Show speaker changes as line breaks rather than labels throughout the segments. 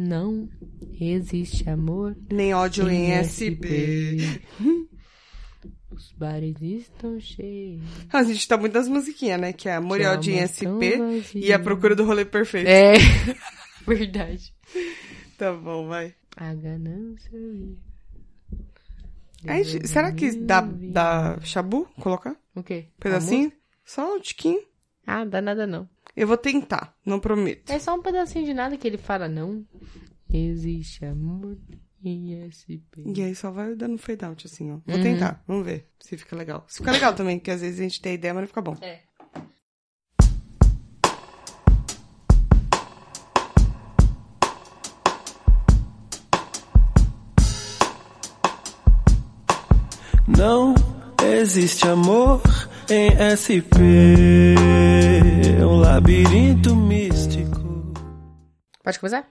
Não existe amor
Nem ódio em
é
SP.
Os bares estão cheios.
A gente tá muito das musiquinhas, né? Que é Amor e
de
ódio em
almas tão
SP e
vazias.
A Procura do Rolê Perfeito.
É, verdade.
Tá bom, vai.
A ganância.
Aí, será que dá, dá chabu? Colocar? Um
O quê?
pedacinho? Só um tiquinho?
Ah, dá nada não.
Eu vou tentar, não prometo.
É só um pedacinho de nada que ele fala, não. Existe amor em SP.
E aí só vai dando fade out, assim, ó.
Uhum.
Vou tentar, vamos ver se fica legal. Se fica legal também, porque às vezes a gente tem ideia, mas não fica bom.
É.
Não existe amor em SP, um labirinto místico.
Pode começar?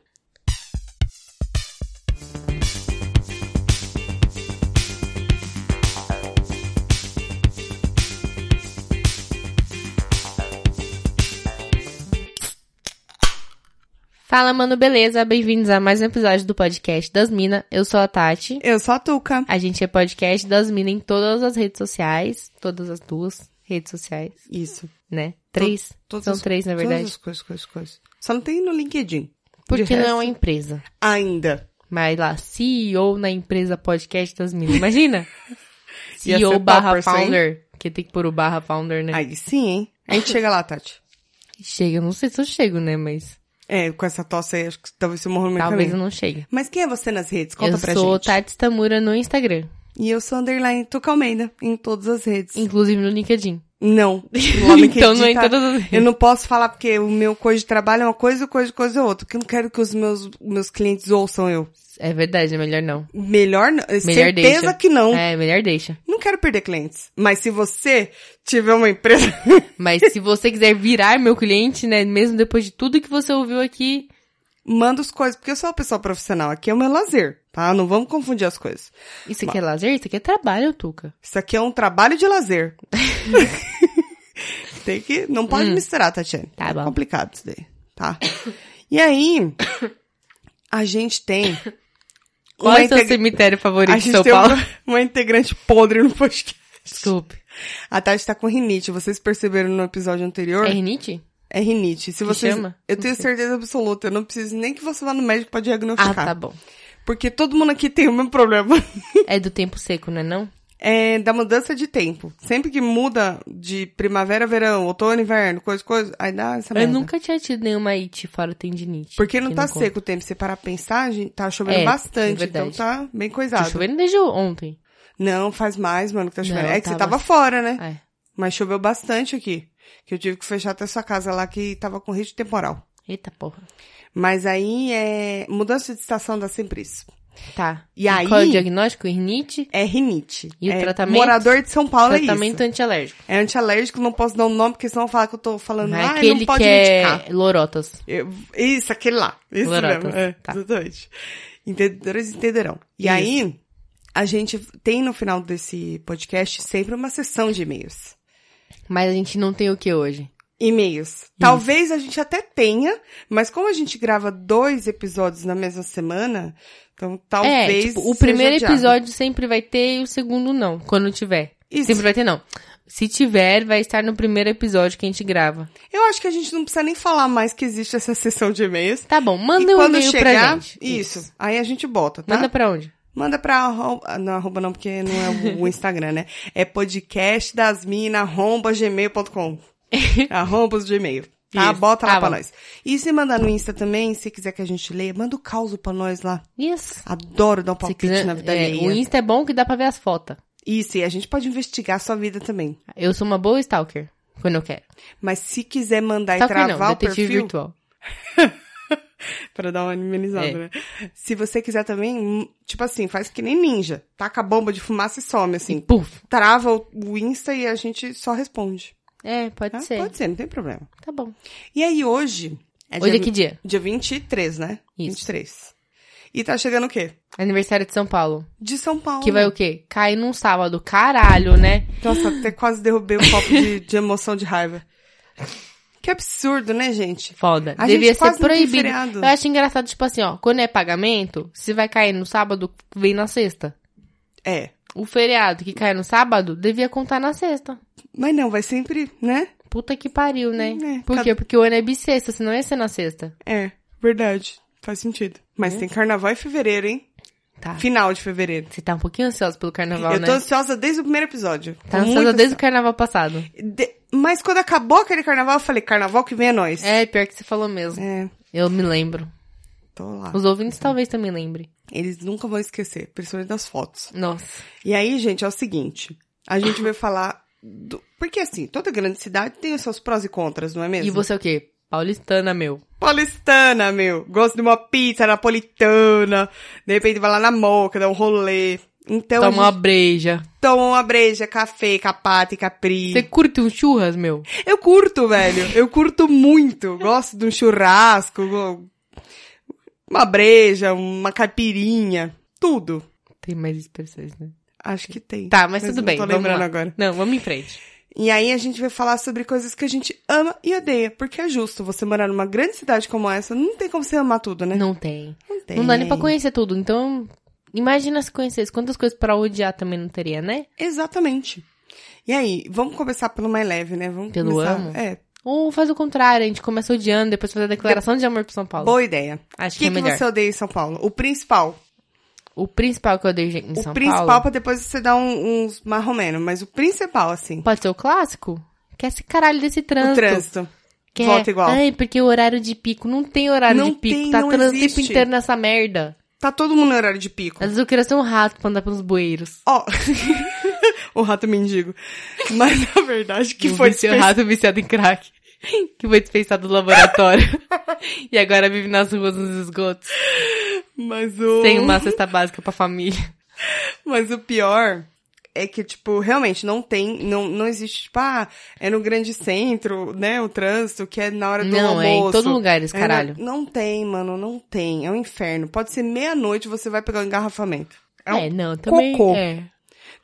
Fala, mano, beleza? Bem-vindos a mais um episódio do podcast das Minas. Eu sou a Tati.
Eu sou a Tuca.
A gente é podcast das Minas em todas as redes sociais, todas as duas redes sociais,
Isso.
né? Três.
Todas
São
as-
três, na
Todas
verdade.
as coisas, coisas, coisas. Só não tem no LinkedIn.
Porque
De
não é
resto-
uma empresa.
Ainda.
Mas lá, CEO na empresa podcast das minas. Imagina!
Ia
CEO
ser
barra
toppers, hein?
founder. Porque tem que pôr o barra founder, né?
Aí sim, hein? A gente chega lá, Tati.
Chega, eu não sei se eu chego, né? Mas
É, com essa tosse aí, acho que talvez você morra no meu
talvez eu
caminho.
não chegue.
Mas quem é você nas redes? Conta
eu
pra
sou
gente.
Tati Tamura no Instagram.
E eu sou underline Tuca Almeida em todas as redes.
Inclusive no LinkedIn.
Não. O homem que
então não é em
edita-
todas as
Eu não posso falar porque o meu coisa de trabalho é uma coisa, coisa, coisa é outra. Porque eu não quero que os meus, meus clientes ouçam eu.
É verdade, é melhor não.
Melhor, não- certeza
Melhor deixa.
que não.
É, melhor deixa.
Não quero perder clientes. Mas se você tiver uma empresa,
Mas se você quiser virar meu cliente, né? Mesmo depois de tudo que você ouviu aqui,
manda os coisas. Porque eu sou uma pessoa profissional. Aqui é o meu lazer, tá? Não vamos confundir as coisas.
isso aqui é lazer? Isso aqui é trabalho, Tuca.
Isso aqui é um trabalho de lazer. Tem que. Não pode misturar, Tatiane.
Tá bom.
É complicado isso daí, tá? E aí, a gente tem.
Qual
uma
é o seu
integra-
cemitério favorito
A
em
gente
São
tem
Paulo?
uma, uma integrante podre no podcast.
Desculpe.
A Tati tá com rinite. Vocês perceberam no episódio anterior?
É
É,
rinite?
rinite. Se vocês,
chama?
Eu
Não
tenho
sei.
certeza absoluta. Eu não preciso nem que você vá no médico pra diagnosticar.
Ah, tá bom.
Porque todo mundo aqui tem o mesmo problema.
É do tempo seco, né não?
É da mudança de tempo. Sempre que muda de primavera, verão, outono, inverno, coisa, coisa, aí dá essa
Eu
merda.
nunca tinha tido nenhuma it fora tendinite.
Porque não
que
tá
conta.
seco o tempo. Se parar pra pensar, gente, tá chovendo
É,
bastante.
é
então
verdade.
tá bem
Tá
coisado.
chovendo desde ontem.
Não, faz mais, mano, que tá chovendo.
Não,
é que você
tava-
tava fora, né?
É.
Mas choveu bastante aqui. Que eu tive que fechar até sua casa lá, que tava com risco temporal.
Eita porra.
Mas aí é. Mudança de estação dá sempre isso.
Tá.
E aí-
Qual é o diagnóstico? Rinite?
É rinite.
E o
É,
tratamento?
Morador de São Paulo
Tratamento antialérgico.
é isso. É antialérgico, não posso dar o nome, porque senão falar que eu tô falando.
Não é
Ah,
aquele
não pode
que
indicar.
é lorotas.
Eu- isso, aquele lá. Isso
Lorotas,
mesmo. É,
tá.
Exatamente. Entendedores entenderão. E
Isso.
aí, a gente tem no final desse podcast sempre uma sessão de e-mails.
Mas a gente não tem o que hoje?
E-mails. Talvez a gente até tenha, mas como a gente grava dois episódios na mesma semana, então talvez.
é, tipo, o
seja
primeiro
adiado.
episódio sempre vai ter e o segundo não, quando tiver.
Isso.
Sempre vai ter não. Se tiver, vai estar no primeiro episódio que a gente grava.
Eu acho que a gente não precisa nem falar mais que existe essa sessão de e-mails.
Tá bom,
E
manda um
quando
e-mail pra
chegar,
gente.
isso, Aí a gente bota, tá?
Manda pra onde?
Manda pra arro- ah, não, arroba não, porque não é o- o Instagram, né? É podcast das gmail.com. Arroba os gmail. Tá?
Isso.
Bota lá
Tá
pra
bom.
nós. E se mandar no Insta também, se quiser que a gente leia, manda o caos pra nós lá.
Isso.
Adoro dar um
Se
palpite
quiser,
na vida
é,
alheia.
o Insta é bom que dá pra ver as fotos.
Isso, e a gente pode investigar a sua vida também.
Eu sou uma boa stalker, quando eu quero.
Mas se quiser mandar e
Stalker
travar
não,
o perfil...
detetive virtual.
Pra dar uma amenizada,
É.
né? Se você quiser também, hum, tipo assim, faz que nem ninja. Taca a bomba de fumaça e some, assim.
Puf.
Trava o- o Insta e a gente só responde.
É, pode
Ah,
ser.
Pode ser, não tem problema.
Tá bom.
E aí, hoje. É
Hoje
dia,
é que dia?
dia 23, né?
Isso.
23. E tá chegando o quê?
Aniversário de São Paulo.
De São Paulo. né? Então,
Que vai o quê? Cair num sábado. Caralho, né?
um Nossa, até quase derrubei o copo de, de emoção de raiva. Que absurdo, né, gente?
Foda.
A
Devia
gente quase
ser
não tem
proibido.
feriado.
Eu acho engraçado, tipo assim, ó. Quando é pagamento, se vai cair no sábado, vem na sexta.
É.
O feriado que cai no sábado, devia contar na sexta.
Mas não, vai sempre, né?
Puta que pariu, né?
É,
Por quê? Porque o ano é bissexta, senão ia ser na sexta.
É, verdade. Faz sentido.
É.
Mas tem carnaval em fevereiro, hein?
Tá.
Final de fevereiro.
Você tá um pouquinho ansiosa pelo carnaval,
Eu
né?
tô ansiosa desde o primeiro episódio.
Tá
Tô
ansiosa
muito
desde o carnaval passado.
De- Mas quando acabou aquele carnaval, eu falei, carnaval que vem é nós.
É, pior que você falou mesmo.
É,
Eu me lembro.
tô lá.
Os ouvintes talvez também lembrem.
Eles nunca vão esquecer, principalmente das fotos.
Nossa.
E aí, gente, é o seguinte. A gente vai falar do... Porque, assim, toda grande cidade tem os seus prós e contras, não é mesmo?
E você é o quê? Paulistana, meu.
Paulistana, meu. Gosto de uma pizza napolitana. De repente vai lá na moca, dá um rolê. Então,
Toma
a
uma
gente
breja.
toma uma breja, café, capata e capri.
Você curte um churras, meu?
Eu curto, velho. Eu curto muito. Gosto de um churrasco, go- uma breja, uma caipirinha, tudo.
Tem mais expressões, né?
Acho que tem.
Tá, mas, tudo
não
bem.
Tô
vamos
lembrando
lá.
agora.
Não, vamos em frente.
E aí a gente vai falar sobre coisas que a gente ama e odeia, porque é justo. Você morar numa grande cidade como essa, não tem como você amar tudo, né?
Não tem.
Não tem.
Não dá nem pra conhecer tudo. Então, imagina se conhecesse. Quantas coisas pra odiar também não teria, né?
Exatamente. E aí, vamos começar pelo mais leve, né? Vamos
Pelo
começar...
amo?
É,
Ou faz o contrário, a gente começa odiando, depois faz a declaração de amor pro São Paulo.
boa ideia.
Acho
O
que,
que,
é
que
melhor.
você odeia em São Paulo? O principal.
O principal que eu odeio em
o
São
principal
Paulo
pra depois você dar um- uns marromeno, mas o principal, assim.
pode ser o clássico? Que é esse caralho desse trânsito.
O trânsito.
Que é,
Volta igual.
Ai, porque o horário de pico. Não tem horário
Não
de pico.
tem,
tá
não
trânsito o
existe.
tempo inteiro nessa merda.
Tá todo mundo no horário de pico.
Às vezes eu queria ser um rato pra andar pelos bueiros.
Ó. o rato mendigo. Mas na verdade, que
Um
foi
vici- rato viciado em crack. Que foi dispensado do laboratório. e agora vive nas ruas, nos esgotos.
Mas o.
Sem uma cesta básica pra família.
Mas o pior é que, tipo, realmente não tem, não, não existe, tipo, ah, é no grande centro, né, o trânsito, que é na hora do
Não,
almoço.
é em todo lugar esse
É na-
caralho.
não tem, mano, não tem. É um inferno. Pode ser meia-noite você vai pegar um engarrafamento. É um-
É, não, também
cocô.
é.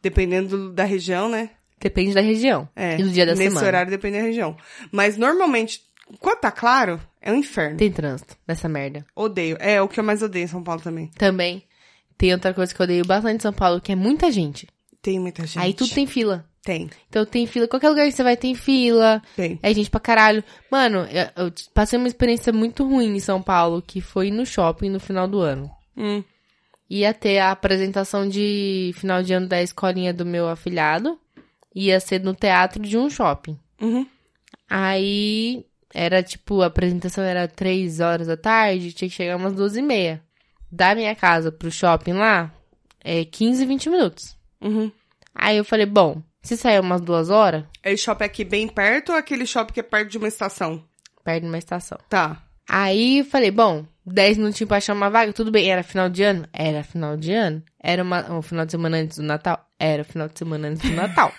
Dependendo do- da região, né?
Depende da região
É.
e do dia da
Nesse
semana.
horário depende da região. Mas normalmente, quando tá claro, é um inferno.
Tem trânsito nessa merda.
Odeio. É o que eu mais odeio em São Paulo também.
Também tem outra coisa que eu odeio bastante em São Paulo, que é muita gente.
Tem muita gente.
Aí tudo tem fila.
Tem,
Então tem fila, qualquer lugar que você vai tem fila.
tem.
É gente pra caralho. Mano, eu, eu passei uma experiência muito ruim em São Paulo, que foi no shopping no final do ano.
Hum,
Ia ter a apresentação de final de ano da escolinha do meu afilhado. Ia ser no teatro de um shopping.
uhum.
Aí era tipo, a apresentação era três horas da tarde, tinha que chegar umas duas e meia. Da minha casa pro shopping lá, é 15, 20 minutos.
Uhum.
Aí eu falei, bom, se sair umas duas horas,
É o shopping aqui bem perto ou aquele shopping que é perto de uma estação?
perde uma estação.
Tá.
Aí eu falei, bom, 10 minutinhos pra achar uma vaga, tudo bem, era final de ano? Era final de ano. Era uma, um final de semana antes do Natal? Era o final de semana antes do Natal.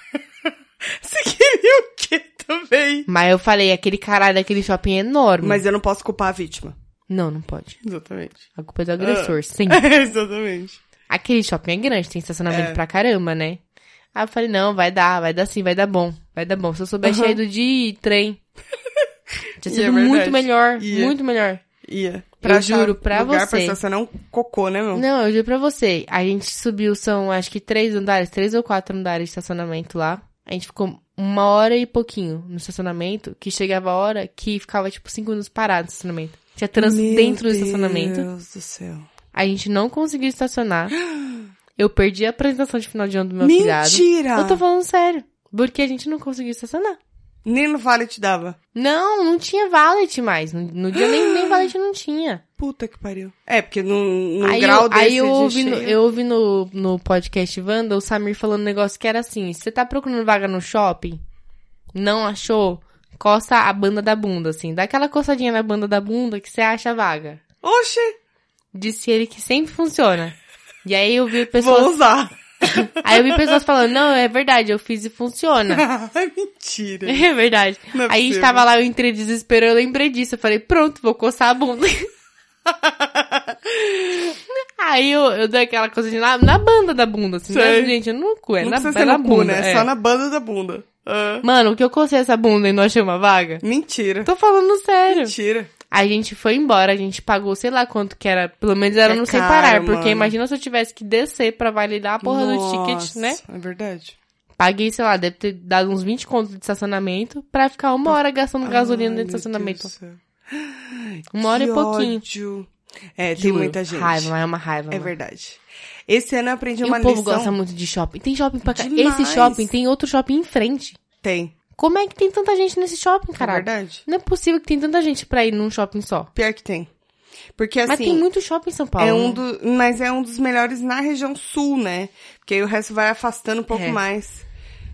Você queria o quê também?
Mas eu falei, aquele caralho daquele shopping é enorme.
Mas eu não posso culpar a vítima. Hum.
Não, não pode.
Exatamente.
A culpa é do
Ah.
agressor, sim.
Exatamente.
Aquele shopping é grande, tem estacionamento
É.
pra caramba, né? Aí eu falei, não, vai dar, vai dar sim, vai dar bom, vai dar bom. Se eu soubesse,
Aham.
tinha ido de trem. Tinha
E
sido
é
muito
verdade. é
melhor,
Ia.
muito melhor.
Ia.
Eu
achar
juro pra
lugar
você.
Pra estacionar é um cocô, né, meu?
Não, eu juro pra você, a gente subiu, são acho que três andares, três ou quatro andares de estacionamento lá. A gente ficou uma hora e pouquinho no estacionamento, que chegava a hora que ficava tipo cinco minutos parado no estacionamento. Tinha trânsito
Meu
dentro do estacionamento.
Meu Deus do céu.
A gente não conseguiu estacionar. Eu perdi a apresentação de final de ano do meu filhado.
Mentira!
Eu tô falando sério. Porque a gente não conseguiu estacionar.
Nem no vale te dava.
Não, não tinha valet mais. No, no dia nem, nem valet não tinha.
Puta que pariu. É, porque num, num
aí
grau
eu,
desse
aí eu
de
ouvi, no,
cheio-
eu ouvi no, no podcast Wanda o Samir falando um negócio que era assim: você tá procurando vaga no shopping? Não achou? Coça a banda da bunda, assim. Dá aquela coçadinha na banda da bunda que você acha a vaga.
Oxi,
Disse ele que sempre funciona. E aí eu vi
vou
pessoas.
usar.
Aí eu vi pessoas falando, não, é verdade, eu fiz e funciona.
Mentira.
É verdade.
Não é
Aí
possível.
estava lá, eu entrei em desespero, eu lembrei disso. Eu falei, pronto, vou coçar a bunda. Aí eu, eu dei aquela coisa de na, na banda da bunda, assim.
Sei.
Mas, gente, eu não cu, é
não
na,
precisa
é
ser
na
no cu,
bunda.
né?
é.
Só na banda da bunda. Ah,
Mano, que eu cocei essa bunda e não achei uma vaga?
Mentira.
Tô falando sério.
Mentira.
A gente foi embora, a gente pagou sei lá quanto que era. Pelo menos era
É
no
caro,
separar, porque
mano.
imagina se eu tivesse que descer pra validar a porra do ticket,
Nossa,
né?
É verdade.
Paguei, sei lá, deve ter dado uns 20 contos de estacionamento pra ficar uma hora gastando gasolina
Ai,
dentro do
meu
estacionamento.
Deus do céu.
Uma hora
Que
e pouquinho.
ódio. É, tem
Juro.
muita gente.
Raiva, mas é uma raiva.
É
mano.
verdade. Esse ano eu aprendi
E
uma
o povo
lição.
gosta muito de shopping. Tem shopping pra cá.
Demais.
Esse shopping tem outro shopping em frente.
Tem,
Como é que tem tanta gente nesse shopping,
é
caralho?
verdade.
não é possível que tem tanta gente pra ir num shopping só.
Pior que tem. Porque assim,
Mas tem muito shopping em São Paulo.
é um
né?
do, mas é um dos melhores na região sul, né? Porque aí o resto vai afastando um pouco
É.
mais.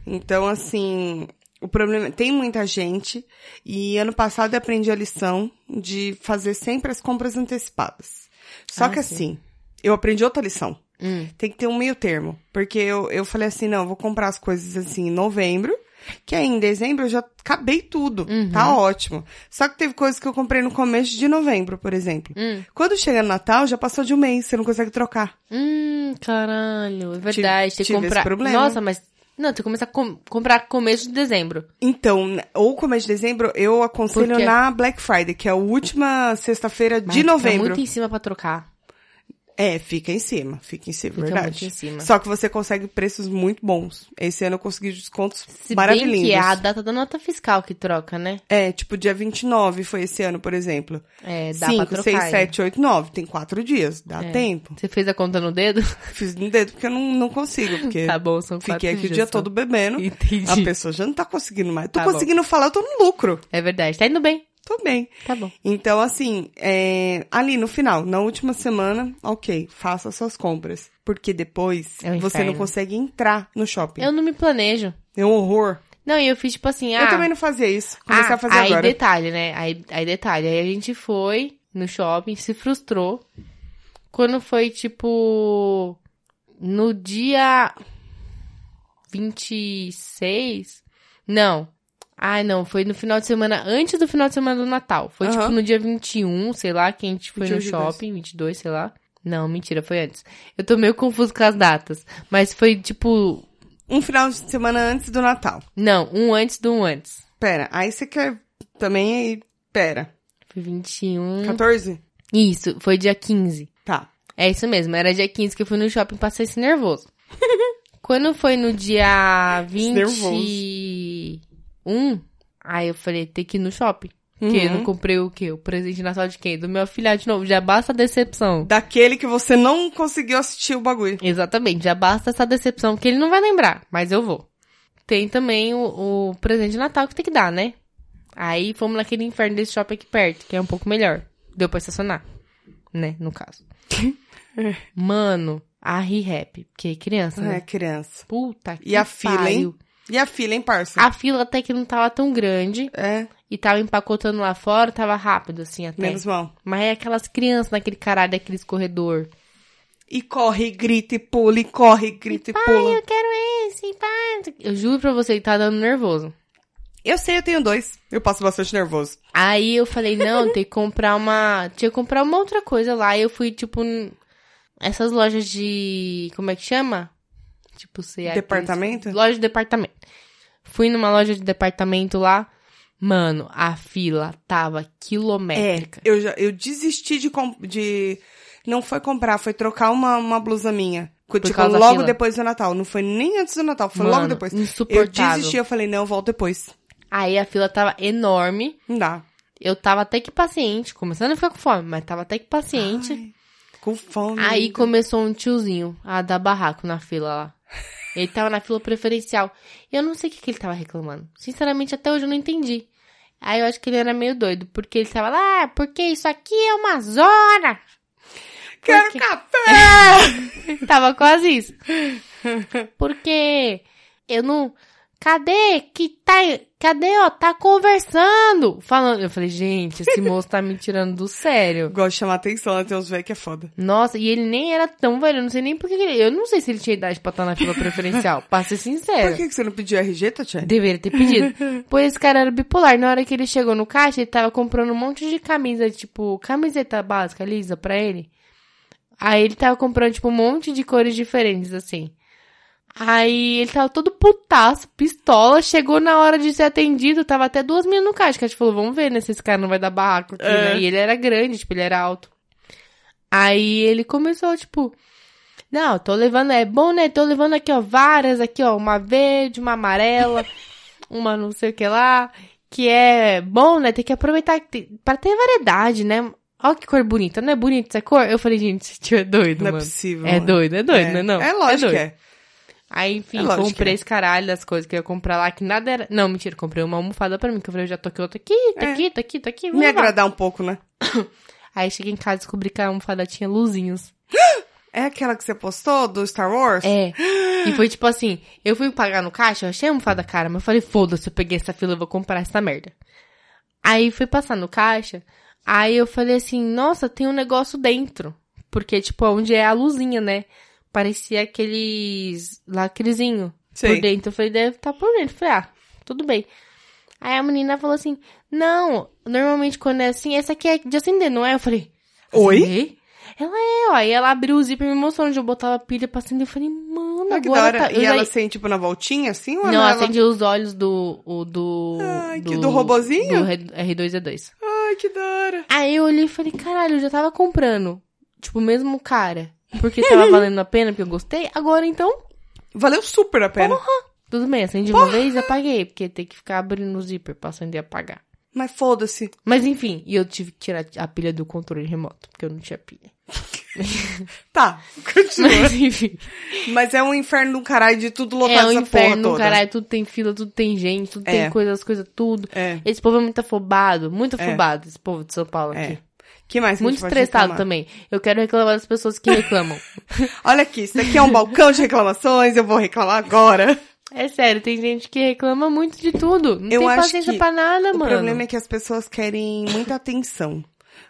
Então, assim, o problema tem muita gente e ano passado eu aprendi a lição de fazer sempre as compras antecipadas. Só
Ah,
que
sim.
assim, eu aprendi outra lição.
Hum.
Tem que ter um meio termo. Porque eu, eu falei assim, não, eu vou comprar as coisas assim em novembro, que aí em dezembro eu já acabei tudo.
Uhum.
Tá ótimo. Só que teve coisas que eu comprei no começo de novembro, por exemplo.
Hum.
Quando chega no Natal, já passou de um mês, você não consegue trocar.
Hum, caralho. É verdade. Tem que
tive esse
comprar.
problema.
Nossa, mas. Não, tem que começar a com- comprar começo de dezembro.
Então, n- ou começo de dezembro, eu
Por
aconselho
quê?
na Black Friday, que é a última sexta-feira
Mas
de novembro.
Fica muito em cima pra trocar.
É, fica em cima, fica em cima,
Fica muito
verdade.
em cima.
Só que você consegue preços muito bons. Esse ano eu consegui descontos
Se bem
maravilhosos.
que é a data da nota fiscal que troca, né?
É, tipo, dia 29 foi esse ano, por exemplo.
É, dá pra
5,
trocar.
6,
hein?
7, 8, 9. Tem quatro dias. Dá
É.
tempo.
Você fez a conta no dedo?
Fiz no dedo porque eu não, não consigo. Porque
tá bom, são quatro
fiquei aqui o
dias
dia
só.
todo bebendo.
Entendi.
A pessoa já não tá conseguindo mais. Tô
Tá bom.
conseguindo falar, eu tô no lucro.
É verdade. Tá indo bem.
Tô bem.
Tá bom.
Então, assim, é, ali no final, na última semana, ok, faça suas compras. Porque depois
É um
você não
inferno.
consegue entrar no shopping.
Eu não me planejo.
É um horror.
Não, e eu fiz tipo assim, ah.
Eu também não fazia isso. Comecei
ah,
a fazer
aí
agora.
detalhe, né? Aí, aí detalhe. Aí a gente foi no shopping, se frustrou. Quando foi, tipo, no dia 26? Não. Ai, não, foi no final de semana, antes do final de semana do Natal. Foi, tipo,
Aham.
no dia 21, sei lá, que a gente foi
21,
no
22.
shopping, 22, sei lá. Não, mentira, foi antes. Eu tô meio confuso com as datas. Mas foi, tipo,
Um final de semana antes do Natal.
não, um antes do um antes.
Pera, aí você quer também aí. Pera.
Foi 21.
14?
Isso, foi dia 15.
Tá.
É isso mesmo, era dia 15 que eu fui no shopping e passei esse nervoso. Quando foi no dia
Esse nervoso.
21, aí eu falei, tem que ir no shopping. Porque eu não comprei o quê? O presente na sala de quem? Do meu afilhado de novo, já basta a decepção.
Daquele que você não conseguiu assistir o bagulho.
Exatamente, já basta essa decepção, que ele não vai lembrar, mas eu vou. Tem também o, o presente de Natal que tem que dar, né? Aí fomos naquele inferno desse shopping aqui perto, que é um pouco melhor. Deu pra estacionar, né? No caso. Mano, a Re-Rap, porque é criança,
É,
né?
criança.
Puta que
E a fila, hein?
pariu.
E a fila, hein, parça?
A fila até que não tava tão grande
É,
e tava empacotando lá fora, tava rápido assim até.
menos mal.
Mas é aquelas crianças naquele caralho, daqueles corredor.
E corre, e grita e pula, e corre, e grita e pula.
Eu quero esse, pá. Eu juro pra você, tá dando nervoso.
Eu sei, eu tenho dois. Eu passo bastante nervoso.
Aí eu falei, não, tem que comprar uma. Tinha que comprar uma outra coisa lá. E eu fui, tipo, n- essas lojas de. Como é que chama? Tipo, sei
Departamento?
Loja de departamento. Fui numa loja de departamento lá. Mano, a fila tava quilométrica.
Eu, já, eu desisti de, com- de. Não foi comprar, foi trocar uma, uma blusa minha. tipo,
causa da
logo
fila?
depois do Natal. Não foi nem antes do Natal, foi
Mano,
logo depois. Eu
Insuportável.
desisti, eu falei, não, eu volto depois.
Aí a fila tava enorme.
Não dá.
Eu tava até que paciente. Começando a ficar com fome, mas tava até que paciente.
Com fome.
Aí começou um tiozinho a dar barraco na fila lá. Ele tava na fila preferencial. E eu não sei o que, que ele tava reclamando. Sinceramente, até hoje eu não entendi. Aí eu acho que ele era meio doido, porque ele tava lá, "Ah, porque isso aqui é uma zona.
Quero
Porque-
café!
tava quase isso. Porque eu não. Cadê que tá. Cadê, ó? Tá conversando. Falando. Eu falei, gente, esse moço tá me tirando do sério.
Gosto de chamar atenção, né? Tem uns velhos que é foda.
Nossa, e ele nem era tão velho, eu não sei nem por que que ele... Eu não sei se ele tinha idade pra estar na fila preferencial, pra ser
Por
sincero.
que, que você não pediu RG, Tatiane?
Deveria ter pedido. Pois esse cara era bipolar. Na hora que ele chegou no caixa, ele tava comprando um monte de camisa, tipo, camiseta básica, lisa, pra ele. Aí ele tava comprando, tipo, um monte de cores diferentes, assim. Aí ele tava todo putaço, pistola. Chegou na hora de ser atendido, tava até duas meninas no caixa. Que a gente falou, vamos ver, né, se esse cara não vai dar barraco aqui,
É.
né? E ele era grande, tipo, ele era alto. Aí ele começou, tipo... Não, tô levando, é bom, né? Tô levando aqui, ó, várias aqui, ó. Uma verde, uma amarela, uma não sei o que lá. Que é bom, né? Tem que aproveitar que tem- pra ter variedade, né? Olha que cor bonita, não é bonita essa cor? Eu falei, gente, esse tio é doido,
Não é
mano.
possível.
É
mano.
doido, é doido,
É.
né? Não,
É lógico
doido.
que é.
Aí, enfim,
É lógico,
comprei
né?
esse caralho das coisas que eu ia comprar lá, que nada era. Não, mentira, comprei uma almofada pra mim, que eu falei, eu já toquei outra aqui, tá
É.
aqui, tá aqui, tá aqui, vou
Me
levar.
agradar um pouco, né?
Aí cheguei em casa e descobri que a almofada tinha luzinhas.
É aquela que você postou do Star Wars?
É. E foi tipo assim, eu fui pagar no caixa, eu achei a almofada cara, mas eu falei, foda-se, eu peguei essa fila, eu vou comprar essa merda. Aí fui passar no caixa, aí eu falei assim, nossa, tem um negócio dentro. Porque, tipo, onde é a luzinha, né? Parecia aqueles lacrezinho. por
Sei.
dentro. Eu falei, deve estar por dentro. Eu falei, ah, tudo bem. Aí a menina falou assim, não, normalmente quando é assim, essa aqui é de acender, não é? Eu falei,
Oi?
acender? Ela é, ó. Aí ela abriu o zíper e me mostrou onde eu botava a pilha pra acender. Eu falei, mano,
Olha Ah, que da
agora
hora.
tá... eu
E
já-
ela assim, tipo, na voltinha, assim? Ou
Não,
ela...
ela acendia os olhos do... O, do
Ai, que- do robozinho?
Do R2-E2.
Ai, que da hora.
Aí eu olhei e falei, caralho, eu já tava comprando. Tipo, mesmo o cara. Porque tava valendo a pena, porque eu gostei. Agora, então,
Valeu super a pena.
Tudo bem, acendi uma vez e apaguei, porque tem que ficar abrindo o zíper pra acender e apagar.
Mas foda-se.
Mas enfim, e eu tive que tirar a pilha do controle remoto, porque eu não tinha pilha.
Tá, continua.
Mas enfim,
Mas é um inferno do caralho de tudo lotado
é um
essa porra
inferno,
toda.
caralho, tudo tem fila, tudo tem gente, tudo
É.
tem coisa, as coisas, tudo.
É.
Esse povo é muito afobado, muito
É.
afobado, esse povo de São Paulo
É.
aqui.
que mais? que a
Muito
gente pode
estressado
reclamar?
também. Eu quero reclamar das pessoas que reclamam.
Olha aqui, isso daqui é um balcão de reclamações, eu vou reclamar agora.
é sério, tem gente que reclama muito de tudo. Não
Eu
tem
acho
paciência
que
pra nada,
o
mano.
problema é que as pessoas querem muita atenção.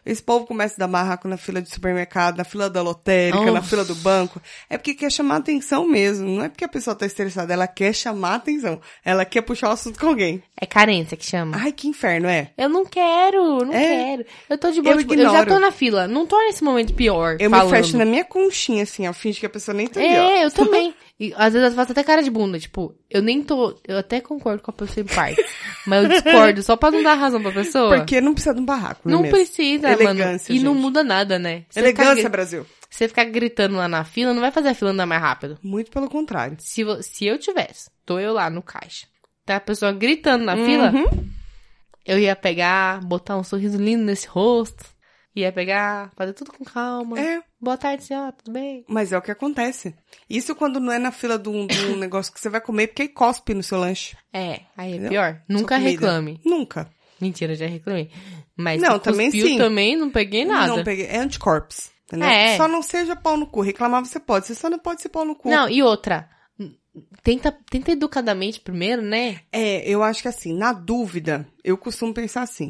Esse povo começa a dar barraco na fila de supermercado, na fila da lotérica, na
Nossa.
fila do banco. É porque quer chamar atenção mesmo. Não é porque a pessoa tá estressada, ela quer chamar atenção. Ela quer puxar o assunto com alguém.
É carência que chama.
Ai, que inferno, é.
Eu não quero, não
É.
quero. Eu tô de boa,
Eu
tipo, eu já
ignoro.
tô na fila. Não tô nesse momento pior.
Eu
falando.
me fecho na minha conchinha, assim, ó. Finge que a pessoa nem entendeu.
É, eu também. E, às vezes eu faço até cara de bunda, tipo, eu nem tô. Eu até concordo com a pessoa em parte. mas eu discordo só pra não dar razão pra pessoa.
Porque não precisa de um barraco, né
não
mesmo?
precisa, mano.
Elegância,
E não
gente.
muda nada, né? Você
Elegância,
ficar, gri-
Brasil.
você ficar gritando lá na fila, não vai fazer a fila andar mais rápido.
Muito pelo contrário.
Se, vo- se eu tivesse, tô eu lá no caixa, tá a pessoa gritando na
Uhum.
fila, Eu ia pegar, botar um sorriso lindo nesse rosto. Ia pegar, fazer tudo com calma.
É,
Boa tarde, senhora, tudo bem?
mas é o que acontece. Isso quando não é na fila de um, de um negócio que você vai comer, porque aí cospe no seu lanche.
É, aí é
Entendeu?
pior. Nunca
Sua comida.
reclame.
Nunca.
Mentira, já reclamei. Mas
Não,
se
também
cuspiu
sim.
também, não peguei nada.
Não peguei. É anticorpos. Entendeu?
É.
Só não seja pau no cu. Reclamar você pode. Você só não pode ser pau no cu.
Não, e outra. Tenta, tenta educadamente primeiro, né?
É, eu acho que assim, na dúvida, eu costumo pensar assim.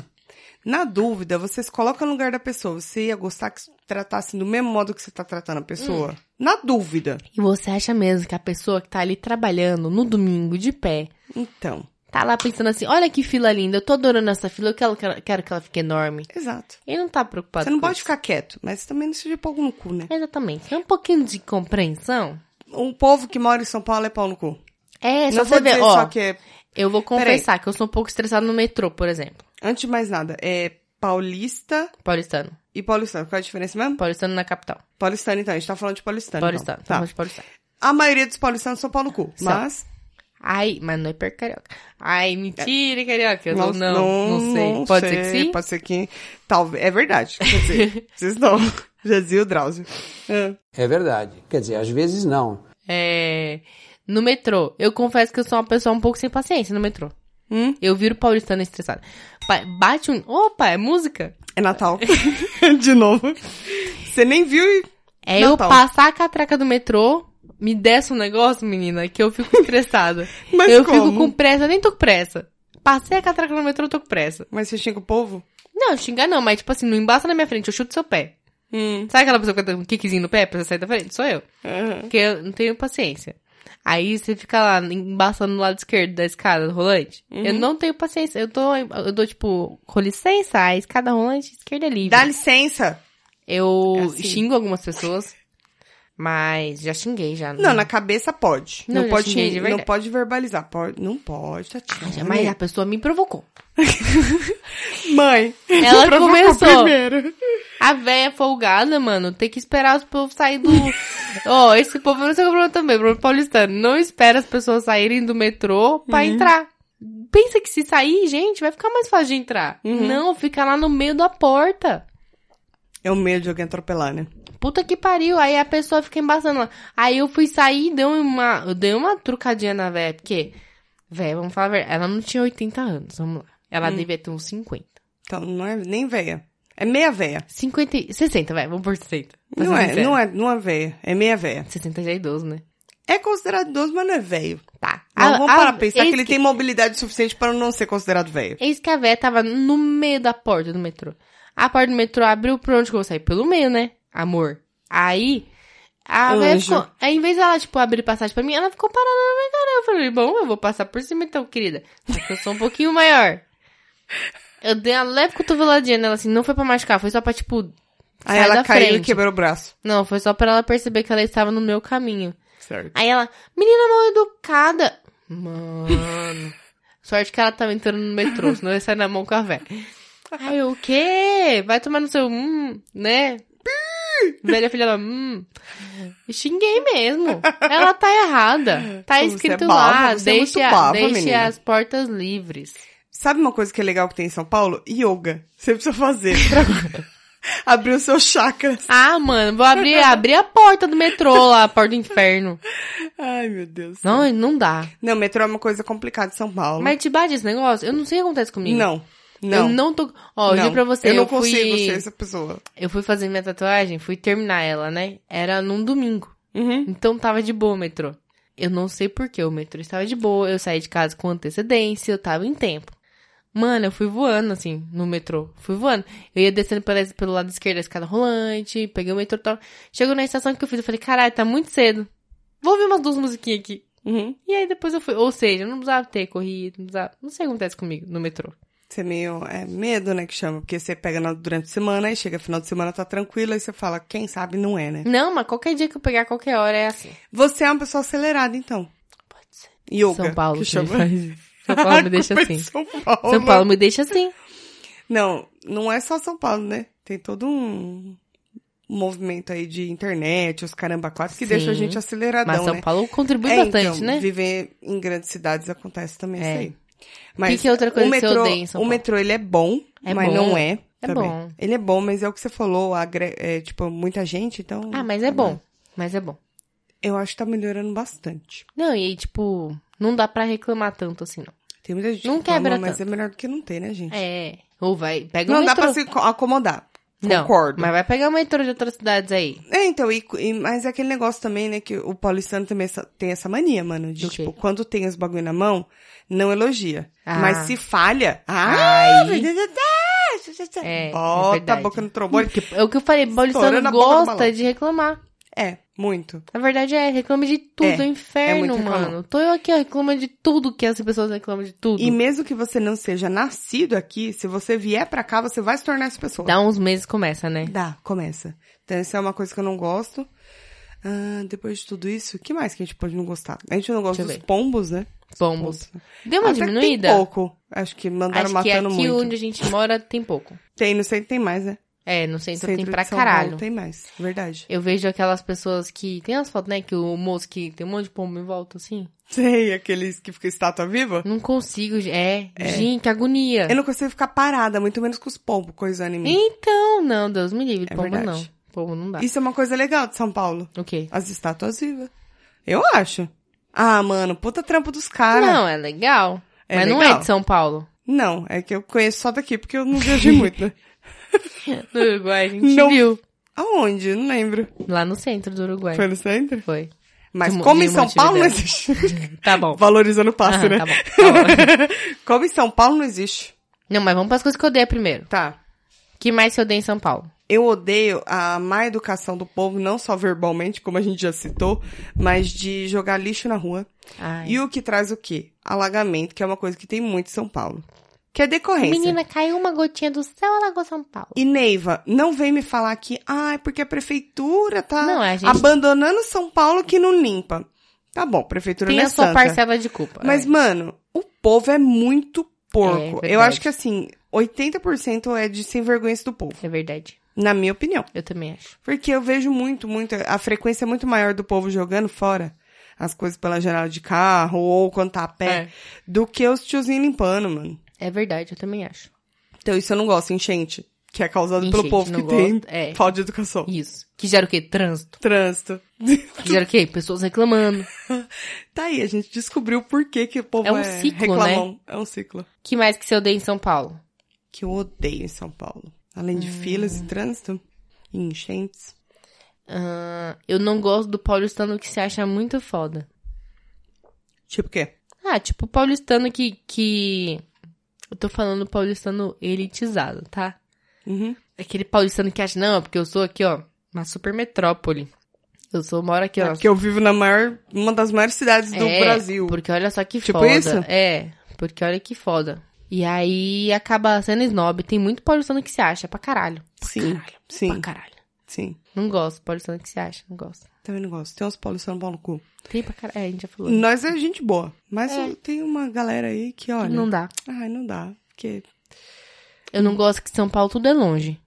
Na dúvida, você se coloca no lugar da pessoa. Você ia gostar que se tratasse do mesmo modo que você tá tratando a
Hum.
pessoa? Na dúvida.
E você acha mesmo que a pessoa que tá ali trabalhando no domingo, de pé,
Então,
tá lá pensando assim, olha que fila linda, eu tô adorando essa fila, eu quero, quero, quero que ela fique enorme.
exato.
Ele não tá preocupado
Você não
com
pode
isso.
ficar quieto, mas também não seja pau no cu, né?
Exatamente. É um pouquinho de compreensão.
O povo que mora em São Paulo é pau no cu.
É, só
não
você
vou
ver,
dizer
ó,
só que é,
eu vou confessar que eu sou um pouco estressada no metrô, por exemplo,
antes de mais nada, é paulista
paulistano,
e paulistano. Qual é a diferença mesmo?
paulistano na capital,
Paulistano, então. A gente tá falando de paulistano. então.
paulistano,
Tá.
tá. de paulistano.
A maioria dos paulistanos são pau no cu.
São.
Mas...
Ai, mas não é per carioca. Ai, mentira, carioca, eu não,
Nossa,
não, não, sei, pode ser que sim?
Pode ser que... Talvez. É verdade. Quer dizer, vocês não. Já dizia o Drauzio. É.
É verdade. Quer dizer, às vezes não.
É, no metrô, eu confesso que eu sou uma pessoa um pouco sem paciência no metrô,
Hum?
eu viro paulistano estressada. Pa- Bate um, opa, é música?
É Natal. de novo. Você nem viu e...
É eu
Natal.
passar a catraca do metrô, me desce um negócio, menina, que eu fico estressada.
Mas
eu
como?
fico com pressa, eu nem tô com pressa. Passei a catraca no metrô, eu tô com pressa.
Mas você xinga o povo?
Não, xingar não, mas tipo assim, não embaça na minha frente, eu chuto seu pé.
Hum.
Sabe aquela pessoa que tá com um kickzinho no pé pra você sair da frente? Sou eu. Porque eu não tenho paciência. Aí você fica lá embaçando no lado esquerdo da escada do rolante. Eu
Uhum.
não tenho paciência. Eu tô, eu dou tipo, com licença, a escada rolante esquerda é livre.
Dá licença.
Eu
É assim.
xingo algumas pessoas. Mas já xinguei já.
Não, na cabeça pode.
Não,
Não,
eu
pode,
xinguei de
não
verdade.
pode verbalizar. Pode, não pode, tá
Ah,
Tatiana.
já- Mas a pessoa me provocou.
Mãe,
Ela
provocou
começou.
primeiro.
A véia folgada, mano, tem que esperar os povos sair do. Ó, esse povo não sei o problema também, problema paulistano. Não espera as pessoas saírem do metrô
Uhum.
pra entrar. Pensa que se sair, gente, vai ficar mais fácil de entrar.
Uhum.
Não, fica lá no meio da porta.
É o medo de alguém atropelar, né?
Puta que pariu. Aí a pessoa fica embaçando lá. Aí eu fui sair e dei uma, eu dei uma trucadinha na véia, porque. Véia, vamos falar a verdade. Ela não tinha 80 anos, vamos lá.
Hum.
Ela devia ter uns 50.
Então, não é nem veia. É meia veia.
50 e- 60, vai, vamos por 60. pra
Não
ser
é,
sincera.
não é, não é veia. É meia veia.
60 já é idoso, né?
É considerado idoso, mas não é velho.
Tá.
Não, vamos parar
a-
pra pensar que
eis
ele tem mobilidade suficiente para não ser considerado velho.
Eis que a véia tava no meio da porta do metrô. A porta do metrô abriu pra onde que eu vou sair? Pelo meio, né? Amor. Aí, a
Anjo.
véia ficou... Aí, em vez dela, tipo, abrir passagem pra mim, ela ficou parada na minha cara. Eu falei, bom, eu vou passar por cima então, querida. Porque eu sou um pouquinho maior. Eu dei uma leve cotoveladinha nela, assim, não foi pra machucar, foi só pra, tipo... sai
Aí ela
da
caiu
frente.
e quebrou o braço.
Não, foi só pra ela perceber que ela estava no meu caminho.
Certo.
Aí ela, menina mal educada. Mano. Sorte que ela tava entrando no metrô, senão ia sair na mão com a véia. Aí eu, o quê? Vai tomar no seu, hum, né? Velha filha dela, hum. E Xinguei mesmo. Ela tá errada. Tá
Você é
escrito
baba,
lá,
você é muito
deixe, a-
baba,
deixe
menina."
as portas livres.
Sabe uma coisa que é legal que tem em São Paulo? Yoga. Você precisa fazer pra abrir os seus chakras.
Ah, mano, vou abrir, abrir a porta do metrô lá, a porta do inferno.
Ai, meu Deus.
Não, não dá.
Não, metrô é uma coisa complicada em São Paulo.
Mas te bate esse negócio? Eu não sei o que acontece comigo.
Não.
Eu
Não.
não tô. Ó, eu
não.
juro pra você,
Eu
eu,
não
fui...
consigo ser essa pessoa.
Eu fui fazer minha tatuagem, fui terminar ela, né? Era num domingo.
Uhum.
Então tava de boa o metrô. Eu não sei porquê, o metrô estava de boa, eu saí de casa com antecedência, eu tava em tempo. Mano, eu fui voando, assim, no metrô. Fui voando. Eu ia descendo pela- pelo lado esquerdo da escada rolante, peguei o metrô e tal. Chegou na estação que eu fiz, eu falei, caralho, tá muito cedo. Vou ouvir umas duas musiquinhas aqui.
Uhum.
E aí depois eu fui. Ou seja, eu não precisava ter corrido, não precisava. Não sei o que acontece comigo no metrô.
Você é meio. É medo, né? Que chama. Porque você pega na- durante a semana, aí chega final de semana, tá tranquila, aí você fala, quem sabe não é, né?
Não, mas qualquer dia que eu pegar, qualquer hora é assim.
Você é uma pessoa acelerada, então.
Pode ser.
Yoga.
São Paulo
que
que me
chama.
faz isso. São Paulo me deixa
A culpa é
assim.
de São Paulo.
São Paulo me deixa assim.
Não, não é só São Paulo, né? Tem todo um movimento aí de internet, os caramba quatro, que
Sim.
deixa a gente aceleradão,
Mas São
né?
Paulo contribui
é,
bastante,
então,
né?
viver em grandes cidades acontece também
É.
isso aí. Mas
Que que é outra coisa
o
que você
metrô,
odeia em São
o
Paulo?
metrô ele é bom,
É
mas
bom.
não é.
É
também.
bom.
Ele é bom, mas é o que você falou, agre- é, tipo, muita gente, então...
Ah, mas é bom. Mas é bom.
Eu acho que tá melhorando bastante.
Não, e aí, tipo, não dá pra reclamar tanto assim, não.
Tem muita gente
Não
que reclama,
quebra
mas
tanto.
é melhor do que não ter, né, gente?
É. Ou vai, pega
Não
o
dá
metrô.
pra se co- acomodar.
Não,
Concordo.
mas vai pegar o metrô de outras cidades aí.
É, então, e, e- mas é aquele negócio também, né, que o paulistano também essa- tem essa mania, mano, de,
Do quê?
tipo, quando tem os bagulho na mão, não elogia.
Ah.
Mas se falha, ah,
Aí- É, é
bota a
verdade.
tá boca no trombone.
É o que eu falei,
Estourando
Paulistano
a boca do
gosta
balão.
de reclamar.
É, muito.
Na verdade é, reclama de tudo, é,
É,
o inferno,
muito reclamar.
mano. Tô eu aqui, ó, reclama de tudo que as pessoas reclamam de tudo.
E mesmo que você não seja nascido aqui, se você vier pra cá, você vai se tornar essa pessoa.
Dá uns meses começa, né?
Dá, começa. Então, isso é uma coisa que eu não gosto. Ah, depois de tudo isso, o que mais que a gente pode não gostar? A gente não gosta
Deixa eu
dos pombos, né?
Pombos.
Pombos.
Deu uma
Até que
diminuída?
Tem pouco. Acho que mandaram
Acho que
matando
aqui
muito.
onde a gente mora tem pouco.
Tem, no centro tem mais, né?
É, no centro,
Centro
tem
de
pra
São
caralho.
Paulo tem mais, verdade.
Eu vejo aquelas pessoas que. Tem as fotos, né? Que o moço que tem um monte de pombo em volta, assim.
Sei, aqueles que ficam estátua viva.
Não consigo. gente. É. Gente, que agonia.
Eu não consigo ficar parada, muito menos com os pombos coisando em mim.
Então, não, Deus me livre.
É
pombo
verdade.
não. Pombo não dá.
Isso é uma coisa legal de São Paulo.
O quê?
As estátuas vivas. Eu acho. Ah, mano, puta trampo dos caras.
Não, é legal.
É
mas não
legal?
é de São Paulo.
Não, é que eu conheço só daqui, porque eu não viajei muito, né?
No Uruguai, a gente
Não.
viu.
Aonde? Eu Não lembro.
Lá no centro do Uruguai.
Foi no centro?
Foi.
Mas
De mo-
como
um de
em São Paulo não existe.
Tá bom.
Valorizando o passe,
Aham,
né?
tá bom, tá bom.
Como em São Paulo não existe.
Não, mas vamos para as coisas que eu odeio primeiro.
Tá.
que mais que eu odeio em São Paulo?
Eu odeio a má educação do povo, não só verbalmente, como a gente já citou, mas de jogar lixo na rua.
Ai.
E o que traz o quê? Alagamento, que é uma coisa que tem muito em São Paulo. que é decorrência.
Menina, caiu uma gotinha do céu, ela alagou São Paulo.
E Neiva, não vem me falar que, ah, é porque a prefeitura tá
Não, é, a gente-
abandonando São Paulo que não limpa. Tá bom, prefeitura
Tem
não é
a sua
santa.
parcela de culpa.
Mas,
é.
mano, o povo é muito porco.
É,
Eu
verdade.
acho que, assim, 80% é de sem vergonha do povo,
É verdade.
na minha opinião.
Eu também acho.
Porque eu vejo muito, muito, a frequência é muito maior do povo jogando fora as coisas pela janela de carro ou quando tá a pé,
É.
do que os tiozinhos limpando, mano.
É verdade, eu também acho.
Então isso eu não gosto, enchente, que é causado
Enchente,
pelo povo
não
que tem
gosto, é.
falta de educação.
Isso. Que gera o quê? Trânsito.
Trânsito.
Que gera o quê? Pessoas reclamando.
Tá aí, a gente descobriu por que que o povo
É
é,
um ciclo,
reclamão. É um ciclo.
que mais que você odeia em São Paulo?
Que eu odeio em São Paulo. Além de filas e trânsito, e enchentes.
Ah, eu não gosto do paulistano que se acha muito foda.
Tipo o quê?
Ah, tipo o paulistano que, que... Eu tô falando paulistano elitizado, tá?
Uhum.
Aquele paulistano que acha, não, porque eu sou aqui, ó, uma super metrópole. Eu sou, moro aqui, ó.
Porque eu vivo na maior, uma das maiores cidades do
É,
Brasil.
Porque olha só que
Tipo
foda.
isso?
É, porque olha que foda. E aí acaba sendo snob. Tem muito paulistano que se acha, pra caralho. Pra
Sim,
caralho,
sim.
Pra caralho.
Sim.
Não gosto, paulistano que se acha, não gosto.
Também não gosto. Tem uns paulistanos pau no cu.
Tem pra caralho. É, a gente já falou.
Nós é gente boa. Mas tem uma galera aí que, olha.
É. Não dá.
Ai, não dá. Porque
Eu não gosto que São Paulo tudo é longe.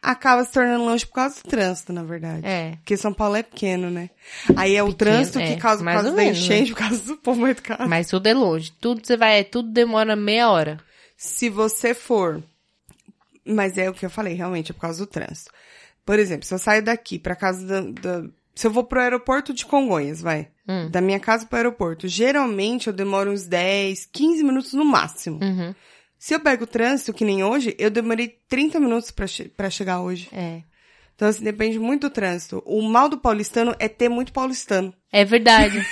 acaba se tornando longe por causa do trânsito, na verdade.
É.
Porque São Paulo é pequeno, né? Aí é o
Pequeno,
trânsito
é.
que causa por
Mais
causa
ou
da
menos,
enchente, por causa do povo mal educado.
Mas tudo é longe. Tudo você vai, tudo demora meia hora.
Se você for. Mas é o que eu falei, realmente, é por causa do trânsito. Por exemplo, se eu saio daqui pra casa da. da- se eu vou pro aeroporto de Congonhas, vai.
Hum.
Da minha casa pro aeroporto. Geralmente eu demoro uns 10, 15 minutos no máximo.
Uhum.
Se eu pego o trânsito, que nem hoje, eu demorei 30 minutos pra che- pra chegar hoje.
É.
Então, assim, depende muito do trânsito. O mal do paulistano é ter muito paulistano.
É verdade.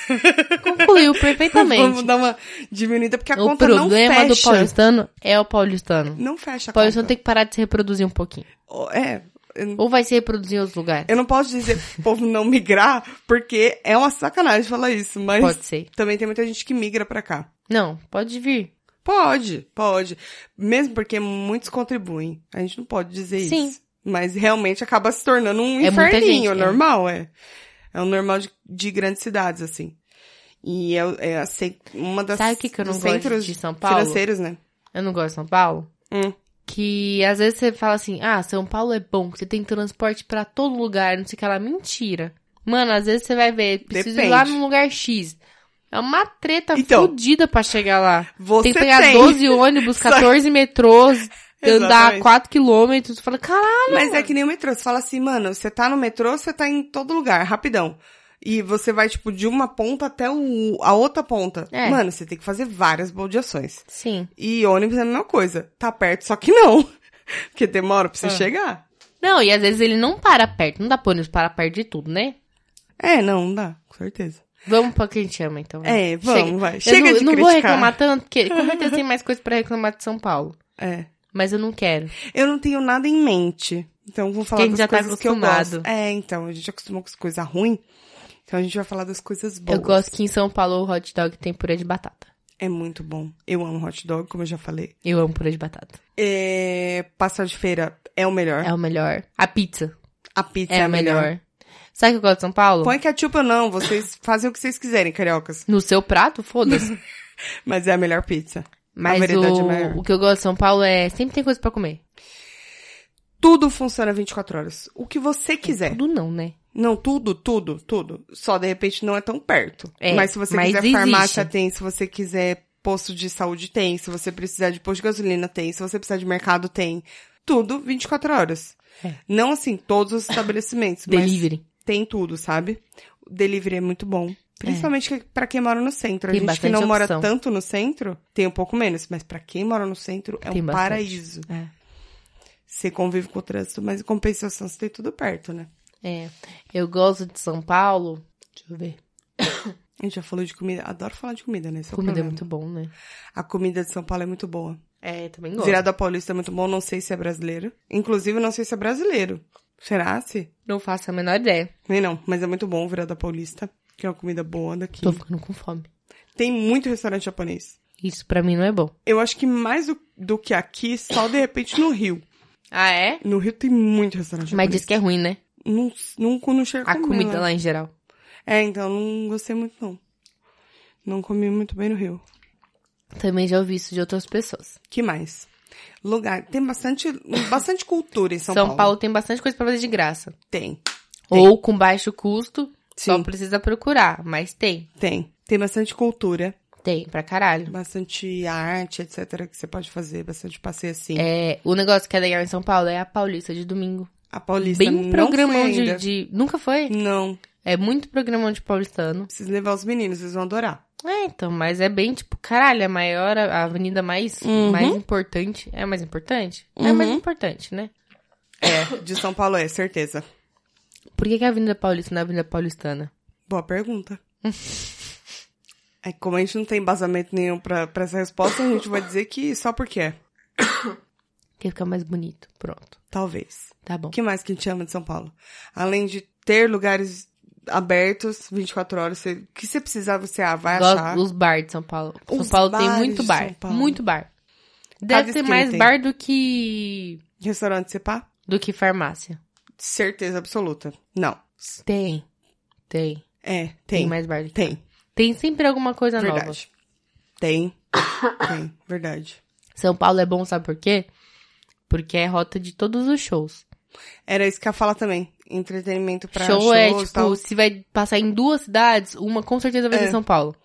Concluiu
Vamos
perfeitamente.
dar uma diminuída, porque a
O
conta não
problema
fecha.
do paulistano é o paulistano.
Não fecha
O
a conta.
paulistano tem que parar de se reproduzir um pouquinho.
É, eu-
Ou vai se reproduzir em outros lugares.
Eu não posso dizer pro povo não migrar, porque é uma sacanagem falar isso, mas
Pode ser.
também tem muita gente que migra pra cá.
Não, pode vir.
Pode, pode. Mesmo porque muitos contribuem. A gente não pode dizer
Sim.
isso. Mas realmente acaba se tornando um
É muita
inferninho,
gente, é.
normal, é. É o normal de, de grandes cidades, assim. E é, é a ce- uma das
Sabe o que que eu não
dos
gosto
centros
de São Paulo?
financeiros, né?
Eu não gosto de São Paulo.
Hum.
Que às vezes você fala assim, ah, São Paulo é bom, que você tem transporte pra todo lugar, não sei o que lá. Mentira. Mano, às vezes você vai ver, preciso ir lá
Depende.
num lugar X. É uma treta
Então,
fodida pra chegar lá.
Você
tem que pegar 12 ônibus,
Só-
14 metrôs, andar
Exatamente.
4 quilômetros. Você fala, caralho.
Mas é que nem o metrô. Você fala assim, mano, você tá no metrô, você tá em todo lugar, rapidão. E você vai, tipo, de uma ponta até o, a outra ponta.
É.
Mano, você tem que fazer várias baldeações.
Sim.
E ônibus é a mesma coisa. Tá perto, só que não. Porque demora pra você
Ah.
chegar.
Não, e às vezes ele não para perto. Não dá pra ônibus parar perto de tudo, né?
É, não, não dá, com certeza.
Vamos pra quem te ama, então.
É, vamos, vai.
Eu
Chega
não,
de
eu não vou
criticar.
reclamar tanto, porque com certeza tem mais coisa pra reclamar de São Paulo.
É.
Mas eu não quero.
Eu não tenho nada em mente. Então, vou falar
Quem
das
já tá
coisas que eu gosto.
acostumado.
É, então, a gente acostumou com as coisas ruins. Então, a gente vai falar das coisas boas.
Eu gosto que em São Paulo o hot dog tem purê de batata.
É muito bom. Eu amo hot dog, como eu já falei.
Eu amo purê de batata.
É, passar de feira é o melhor.
É o melhor. A pizza
A pizza
é, a melhor. Sabe o que eu gosto de São Paulo?
Põe ketchup ou não, vocês fazem o que vocês quiserem, cariocas.
No seu prato, foda-se.
Mas é a melhor pizza. a
Mas
verdade é maior.
o, o que eu gosto de São Paulo é sempre tem coisa pra comer.
Tudo funciona 24 horas. O que você quiser.
Tudo não, né?
Não, tudo, tudo, tudo. Só de repente não é tão perto.
É,
mas se você
mas
quiser
existe.
farmácia, tem. Se você quiser posto de saúde, tem. Se você precisar de posto de gasolina, tem. Se você precisar de mercado, tem. Tudo 24 horas.
É.
Não assim, todos os estabelecimentos, mas
Delivery.
tem tudo, sabe? O delivery é muito bom. Principalmente que- pra quem mora no
Tem
centro. a gente que
bastante
não mora
opção.
tanto no centro, tem um pouco menos. Mas pra quem mora no centro, é
Tem
um
bastante.
paraíso.
É.
Você convive com o trânsito, mas em compensação você tem tudo perto, né?
É. Eu gosto de São Paulo. Deixa eu ver.
A gente já falou de comida. Adoro falar de comida, né? Esse é o
Comida é
problema.
muito bom, né?
A comida de São Paulo é muito boa.
É, também gosto.
Virada paulista é muito bom. Não sei se é brasileiro. Inclusive, não sei se é brasileiro. Será se?
Não faço a menor ideia.
Nem não. Mas é muito bom o virada paulista. Que é uma comida boa daqui.
Tô ficando com fome.
Tem muito restaurante japonês.
Isso pra mim não é bom.
Eu acho que mais do, do que aqui, só de repente no Rio.
Ah, é?
No Rio tem muito restaurante
Mas
japonês.
diz que é ruim, né?
Não, não, não chega a
A
comer
comida né?
lá.
lá em geral.
É, então, não gostei muito, não. Não comi muito bem no Rio.
Também já ouvi isso de outras pessoas.
que mais? Lugar. Tem bastante, bastante cultura em São,
São, Paulo. tem bastante coisa pra fazer de graça.
Tem, Tem.
Ou com baixo custo, só
Sim.
precisa procurar. Mas tem.
tem. Tem bastante cultura,
Tem, pra caralho.
bastante arte, etc. que você pode fazer, bastante passeio assim.
É, o negócio que é legal em São Paulo é a Paulista de domingo.
A Paulista
Bem
não
programão
foi
de,
ainda.
de- Nunca foi?
Não,
É muito programão de paulistano.
preciso levar os meninos, eles vão adorar.
É, então, mas é bem, tipo, caralho, a maior, a avenida mais,
Uhum.
mais importante. É a mais importante? É a mais importante, né?
É, de São Paulo é, certeza.
Por que, que a Avenida Paulista não é a Avenida Paulistana?
Boa pergunta. É, que como a gente não tem embasamento nenhum pra, pra essa resposta, a gente vai dizer que só porque é.
Porque fica mais bonito. Pronto.
Talvez.
Tá bom.
O que mais que a gente ama de São Paulo? Além de ter lugares abertos 24 horas, você- o que você precisar, você ah, vai
Gosto
achar.
dos bar de São Paulo. São
Os
Paulo tem
bares
muito
de
bar.
São Paulo.
Muito bar.
Cada
Deve ter
esquina
mais
tem.
bar do que.
Restaurante Cepá?
do que farmácia.
Certeza absoluta. Não.
Tem. Tem.
É,
Tem,
tem.
mais bar do que.
Tem,
Tem sempre alguma coisa nova.
verdade. Tem. tem, verdade.
São Paulo é bom, sabe por quê? Porque é rota de todos os shows.
Era isso que eu ia falar também. Entretenimento pra
show
shows
é, tipo,
tal. É.
se vai passar em duas cidades, uma com certeza vai ser São Paulo.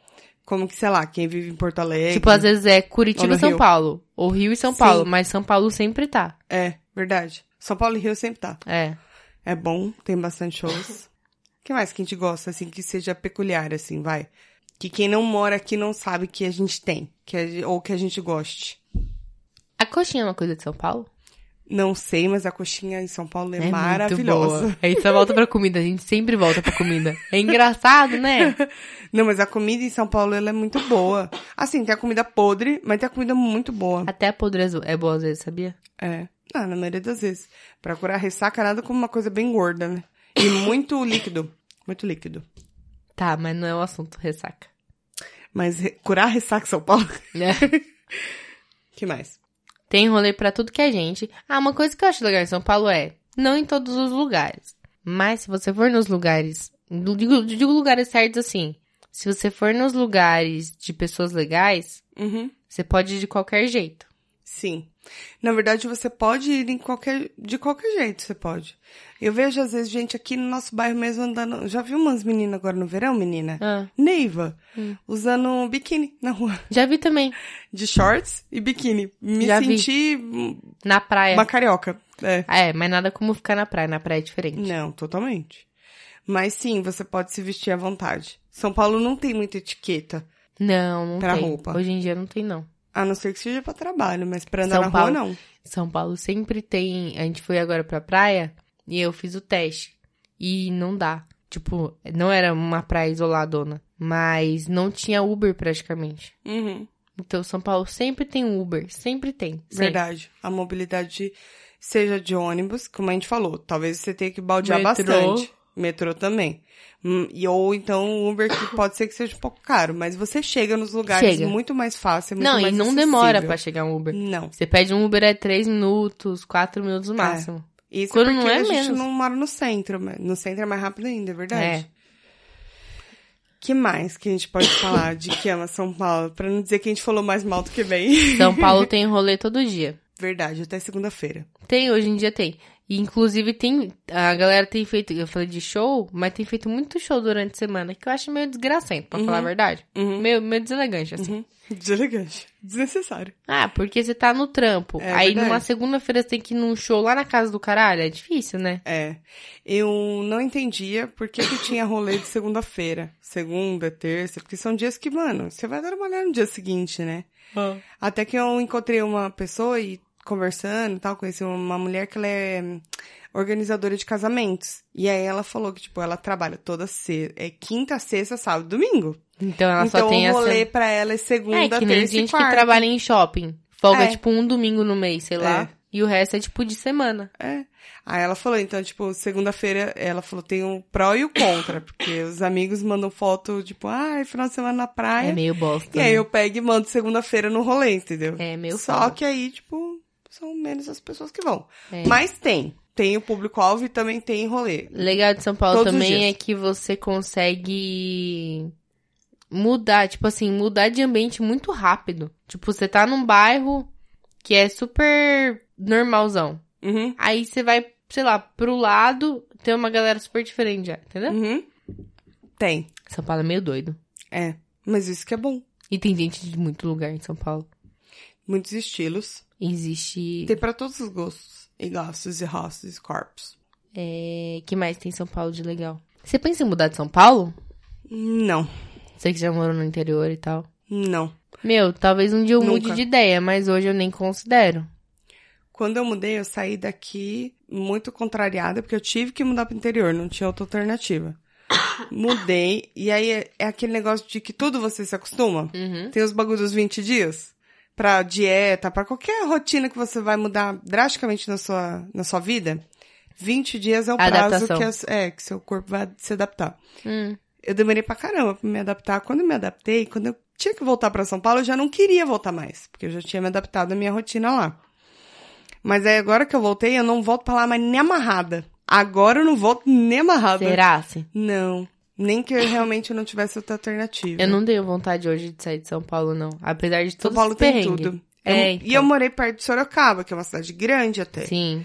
Como que, sei lá, quem vive em Porto Alegre.
Tipo, às vezes é Curitiba
Ou
e
no
São
Rio.
Paulo. Ou Rio e São
Sim.
Paulo. Mas São Paulo sempre tá.
É, verdade. São Paulo e Rio sempre tá.
É.
É bom, tem bastante shows. O que mais que a gente gosta, assim, que seja peculiar, assim, vai? Que quem não mora aqui não sabe que a gente tem, que a ge- ou que a gente goste.
A coxinha é uma coisa de São Paulo?
Não sei, mas a coxinha em São Paulo é,
Né? muito
maravilhosa.
boa. A gente só volta pra comida. A gente sempre volta pra comida. É engraçado, né?
Não, mas a comida em São Paulo, ela é muito boa. Assim, tem a comida podre, mas tem a comida muito boa.
Até a podreza é boa às vezes, sabia?
É. Ah, na maioria das vezes. Pra curar ressaca, nada como uma coisa bem gorda, né? E muito líquido. Muito líquido.
Tá, mas não é o assunto, ressaca.
Mas re- curar ressaca em São Paulo,
Né?
que mais?
Tem rolê pra tudo que é gente. Ah, uma coisa que eu acho legal em São Paulo é, não em todos os lugares, mas se você for nos lugares, não digo, não digo lugares certos assim, se você for nos lugares de pessoas legais,
Uhum.
você pode ir de qualquer jeito.
Sim. Na verdade, você pode ir em qualquer, de qualquer jeito, você pode. Eu vejo, às vezes, gente aqui no nosso bairro mesmo andando. Já vi umas meninas agora no verão, menina?
Ah, Hum.
Neiva, usando biquíni na rua.
já vi também,
De shorts e biquíni. Me
Já vi.
senti hum,
na praia.
uma carioca. É.
Ah, É, mas nada como ficar na praia, na praia é diferente.
Não, totalmente. Mas sim, você pode se vestir à vontade. São Paulo não tem muita etiqueta.
Não, não
Pra
tem.
roupa.
Hoje em dia não tem, não.
A não ser que seja pra trabalho, mas pra andar
São
na
Paulo-
rua, não.
São Paulo sempre tem. A gente foi agora pra praia e eu fiz o teste. E não dá. Tipo, não era uma praia isoladona. Mas não tinha Uber praticamente.
Uhum.
Então, São Paulo sempre tem Uber. Sempre tem. sempre.
Verdade. A mobilidade seja de ônibus, como a gente falou, talvez você tenha que baldear
Metrô.
bastante. Metrô também. Hum, E, ou então Uber, que pode ser que seja um pouco caro, mas você chega nos lugares
Chega.
muito mais fácil, é muito
Não, e
mais
não demora
acessível.
pra chegar um Uber.
Não.
Você pede um Uber é 3 minutos, 4 minutos no
É,
máximo.
Isso
Quando
é porque
não é
a gente
menos.
não mora no centro, mas no centro é mais rápido ainda, é verdade.
É.
que mais que a gente pode falar de que ama São Paulo? Pra não dizer que a gente falou mais mal do que bem.
São Paulo tem rolê todo dia.
Verdade, até segunda-feira.
Tem, hoje em dia tem. E, inclusive, tem. A galera tem feito. Eu falei de show, mas tem feito muito show durante a semana, que eu acho meio desgracento, pra falar a verdade. Meio, meio deselegante, assim.
Uhum. Deselegante. Desnecessário.
Ah, porque você tá no trampo.
Uhum. É
Aí
verdade.
numa segunda-feira você tem que ir num show lá na casa do caralho. É difícil, né?
É. Eu não entendia por que, que tinha rolê de segunda-feira. Segunda, terça, porque são dias que, mano, você vai trabalhar no dia seguinte, né? Até que eu encontrei uma pessoa e conversando e tal, conheci uma mulher que ela é hum, organizadora de casamentos. E aí ela falou que, tipo, ela trabalha toda sexta, é quinta, sexta, sábado, domingo.
Então ela
então
só tem
o
essa.
rolê pra ela é
É
segunda,
que nem
terça e
gente que
quarta.
trabalha em shopping. Folga
É.
tipo um domingo no mês, sei lá.
É,
E o resto é tipo de semana.
É. Aí ela falou, então, tipo, segunda-feira, ela falou, tem o pró e o contra, porque os amigos mandam foto, tipo, ah, final de semana na praia.
É meio bosta.
E aí
né?
eu pego e mando segunda-feira no rolê, entendeu?
É meio
Só
foda.
que aí, tipo, são menos as pessoas que vão.
É.
Mas tem. Tem o público-alvo e também tem rolê.
Legal de São Paulo
Todos os
também
dias.
é que você consegue mudar, tipo assim, mudar de ambiente muito rápido. Tipo, você tá num bairro que é super normalzão.
Uhum.
Aí você vai, sei lá, pro lado, tem uma galera super diferente já, entendeu?
Uhum. Tem.
São Paulo é meio doido.
É. Mas isso que é bom.
E tem gente de muito lugar em São Paulo.
Muitos estilos.
Existe.
Tem pra todos os gostos. E gastos, e rostos, e corpos.
É... que mais tem em São Paulo de legal? Você pensa em mudar de São Paulo?
Não.
Você que já morou no interior e tal.
Não.
Meu, talvez um dia eu
Nunca.
mude de ideia, mas hoje eu nem considero.
Quando eu mudei, eu saí daqui muito contrariada, porque eu tive que mudar pro interior, não tinha outra alternativa. Mudei, e aí é, é aquele negócio de que tudo você se acostuma.
Uhum.
Tem os bagulhos dos 20 dias pra dieta, pra qualquer rotina que você vai mudar drasticamente na sua, na sua vida. 20 dias é o prazo
Adaptação.
que, as- é, que seu corpo vai se adaptar. Eu demorei pra caramba pra me adaptar. Quando eu me adaptei, quando eu tinha que voltar pra São Paulo, eu já não queria voltar mais, porque eu já tinha me adaptado à minha rotina lá. Mas aí agora que eu voltei, eu não volto pra lá mais nem amarrada. Agora eu não volto nem amarrada.
Será? assim?
Não. Nem que eu realmente não tivesse outra alternativa.
Eu não tenho vontade hoje de sair de São Paulo, não. Apesar de
São
todo
Paulo
esse perrengue.
tem tudo.
É,
Eu-
então.
E eu morei perto de Sorocaba, que é uma cidade grande até.
Sim.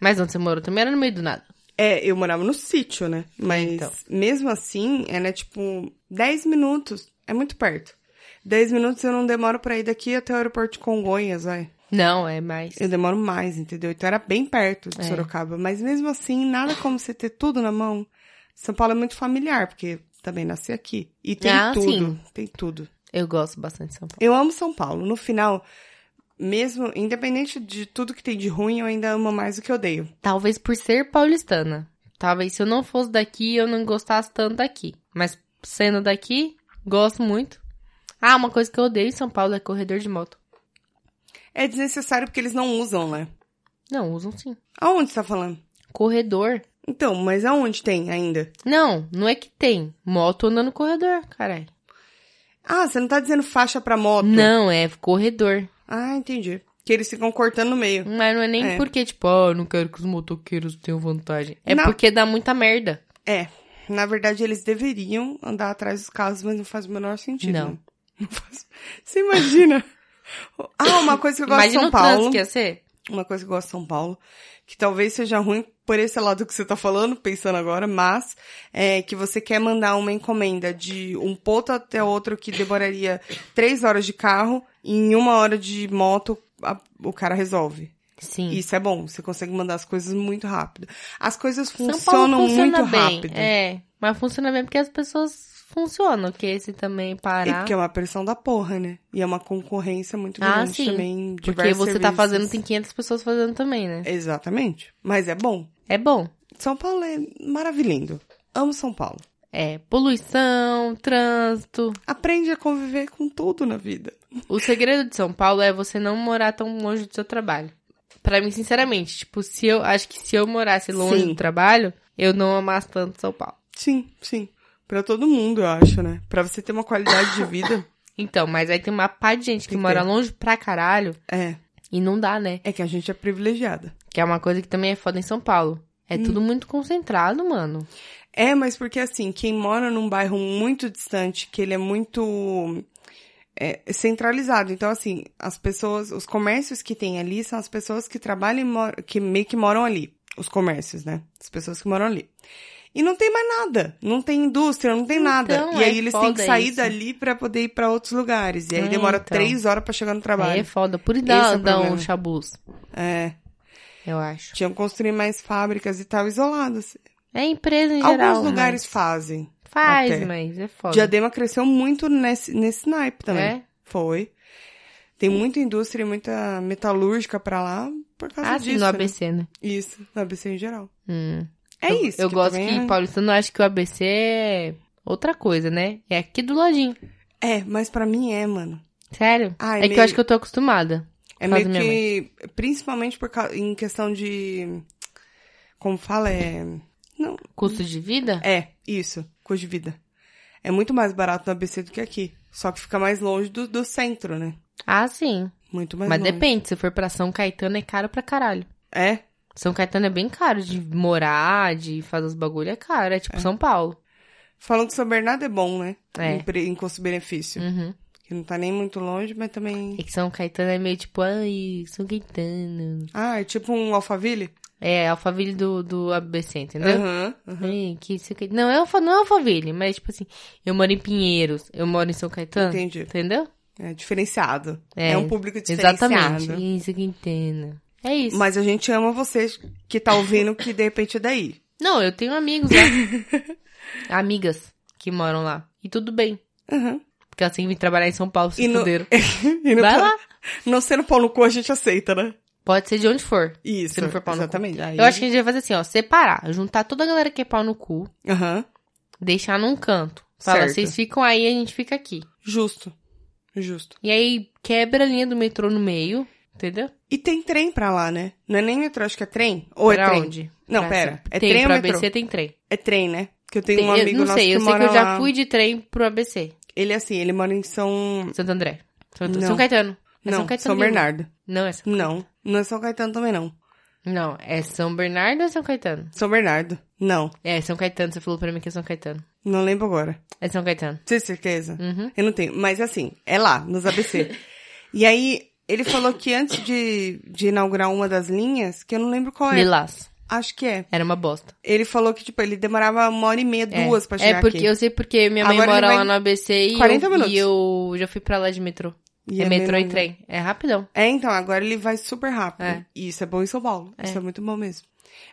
Mas onde você morou também era no meio do nada.
É, eu morava no sítio, né? Mas
então.
mesmo assim, é né, tipo 10 minutos. É muito perto. 10 minutos eu não demoro pra ir daqui até o aeroporto de Congonhas, vai.
Não, é mais.
Eu demoro mais, entendeu? Então era bem perto de
É.
Sorocaba. Mas mesmo assim, nada como você ter tudo na mão. São Paulo é muito familiar, porque também nasci aqui. E tem
Ah,
tudo.
sim.
Tem tudo.
Eu gosto bastante de São Paulo.
Eu amo São Paulo. No final, mesmo, independente de tudo que tem de ruim, eu ainda amo mais o que eu odeio.
Talvez por ser paulistana. Talvez se eu não fosse daqui, eu não gostasse tanto daqui. Mas sendo daqui, gosto muito. Ah, uma coisa que eu odeio em São Paulo é corredor de moto.
É desnecessário porque eles não usam, né?
Não, usam sim.
Aonde você tá falando?
Corredor.
Então, mas aonde tem ainda?
Não, não é que tem. Moto andando no corredor, caralho.
Ah, você não tá dizendo faixa pra moto?
Não, é corredor.
Ah, entendi. Que eles ficam cortando no meio.
Mas não é nem
É.
porque, tipo, ah, eu não quero que os motoqueiros tenham vantagem. É
Não.
porque dá muita merda.
É. Na verdade, eles deveriam andar atrás dos carros, mas não faz o menor sentido.
Não.
né? Não faz. Você imagina? Ah, uma coisa que eu gosto de
Imagina
São
o trânsito
Paulo.
que é. ia ser.
uma coisa que eu gosto de São Paulo, que talvez seja ruim por esse lado que você tá falando, pensando agora, mas é que você quer mandar uma encomenda de um ponto até outro que demoraria três horas de carro e em uma hora de moto a- o cara resolve.
Sim.
Isso é bom, você consegue mandar as coisas muito rápido. As coisas
São Paulo
funcionam
funciona
muito
bem.
rápido.
É, mas funciona bem porque as pessoas funcionam. Que esse também
E
parar.
porque é uma pressão da porra, né? E é uma concorrência muito
Ah,
grande
sim.
também.
Porque
diversos
você tá
serviços.
fazendo, tem 500 pessoas fazendo também, né?
Exatamente. Mas é bom.
É bom.
São Paulo é maravilhoso. Amo São Paulo.
É, poluição, trânsito.
Aprende a conviver com tudo na vida.
O segredo de São Paulo é você não morar tão longe do seu trabalho. Pra mim, sinceramente, tipo, se eu acho que se eu morasse longe
Sim.
do trabalho, eu não amasse tanto São Paulo.
Sim, sim. Pra todo mundo, eu acho, né? Pra você ter uma qualidade de vida.
Então, mas aí tem uma pá de gente que
Tem que
mora
ter.
longe pra caralho
É.
e não dá, né?
É que a gente é privilegiada.
Que é uma coisa que também é foda em São Paulo. É
Hum.
tudo muito concentrado, mano.
É, mas porque assim, quem mora num bairro muito distante, que ele é muito é, centralizado. Então, assim, as pessoas, os comércios que tem ali são as pessoas que trabalham e moram, que meio que moram ali. Os comércios, né? As pessoas que moram ali. E não tem mais nada. Não tem indústria, não tem nada. E
é
aí eles têm que
foda
sair
isso.
dali pra poder ir pra outros lugares. E aí
É,
demora
então.
três horas pra chegar no
Aí é
trabalho.
foda. Por isso
Esse
dá,
é o
dá um
problema.
chabuz,
É.
eu acho.
Tinham que construir mais fábricas e tal, isoladas.
É empresa em geral.
Alguns lugares fazem.
mas faz,
até.
mas é foda.
Diadema cresceu muito nesse, nesse naipe também.
É?
Foi. Tem muita indústria, e muita metalúrgica pra lá por causa
Ah,
disso.
sim, no
né?
ABC, né?
Isso, no ABC em geral.
Hum.
É
eu,
isso.
Eu gosto
também
que paulistano acha que o ABC é outra coisa, né? É aqui do ladinho.
É, É, mas pra mim é, mano.
Sério? é
Ah, é
que eu
meio-
acho que eu tô acostumada.
É
causa
meio
da minha
que. Principalmente por causa, em questão de. Como fala? É. Não.
Custo de vida?
É, isso. Custo de vida. É muito mais barato no ABC do que aqui. Só que fica mais longe do, do centro, né?
Ah, sim.
Muito mais
Mas
longe.
depende, se for pra São Caetano é caro pra caralho.
É.
São Caetano é bem caro de morar, de fazer os bagulho, é caro. É tipo São Paulo.
Falam que São Bernardo é bom, né?
É.
Em, pre- em custo-benefício.
Uhum.
Que não tá nem muito longe, mas também.
É que São Caetano é meio tipo, ai, São Caetano.
Ah, é tipo um Alphaville?
É, Alphaville do, do ABC, entendeu?
Aham. aham.
Ai, que isso aqui. Não, é Alfa, não é Alphaville, mas tipo assim, eu moro em Pinheiros, eu moro em São Caetano.
Entendi.
Entendeu?
É diferenciado.
É,
É, um público diferenciado.
Exatamente. Isso que entendo. É isso.
Mas a gente ama você que tá ouvindo que de repente é daí.
Não, eu tenho amigos lá. Amigas que moram lá. E tudo bem.
Uhum.
Porque elas têm que vir trabalhar em São Paulo, se
E no-
fuderam.
E não, tá-
Vai lá.
não sendo pau no cu, a gente aceita, né?
Pode ser de onde for.
Isso.
Se não for pau no cu.
exatamente. Aí-
Eu acho que a gente vai fazer assim, ó. Separar. Juntar toda a galera que é pau no cu.
Aham.
Deixar num canto. Fala,
Certo.
vocês ficam aí, a gente fica aqui.
Justo. Justo.
E aí quebra a linha do metrô no meio. Entendeu?
E tem trem pra lá, né? Não é nem metrô, acho que é trem. Ou
pra
é trem?
onde?
Não,
Pra
pera.
cima.
É
tem,
trem ou
pra
metrô?
ABC tem trem.
É trem, né? Que eu tenho um
Tem-
amigo
eu não
nosso
sei,
que
eu sei que
mora
eu já
lá.
fui de trem pro ABC.
Ele, assim, ele mora em São...
Santo André. Santo-
Não.
São Caetano. É
não,
São Caetano. mesmo.
Bernardo.
Não, é São
Não, não é São Caetano também, não.
Não, é São Bernardo ou São Caetano?
São Bernardo. Não,
É, São Caetano, você falou pra mim que é São Caetano.
não lembro agora.
É São Caetano.
Tem certeza?
Uhum.
Eu não tenho. Mas assim, é lá, nos ABC. e aí, ele falou que antes de, de inaugurar uma das linhas, que eu não lembro qual é.
Lilás.
Acho que é.
Era uma bosta.
Ele falou que, tipo, ele demorava uma hora e meia,
É.
duas pra chegar
É, porque
aqui.
eu sei porque minha mãe
Agora ele
mora lá
vai
no ABC e,
40
eu,
minutos.
e eu já fui pra lá de metrô.
E
é,
é
metrô
bem
e trem. É rapidão.
É, então, agora ele vai super rápido.
É.
E isso é bom em São Paulo.
É.
Isso é muito bom mesmo.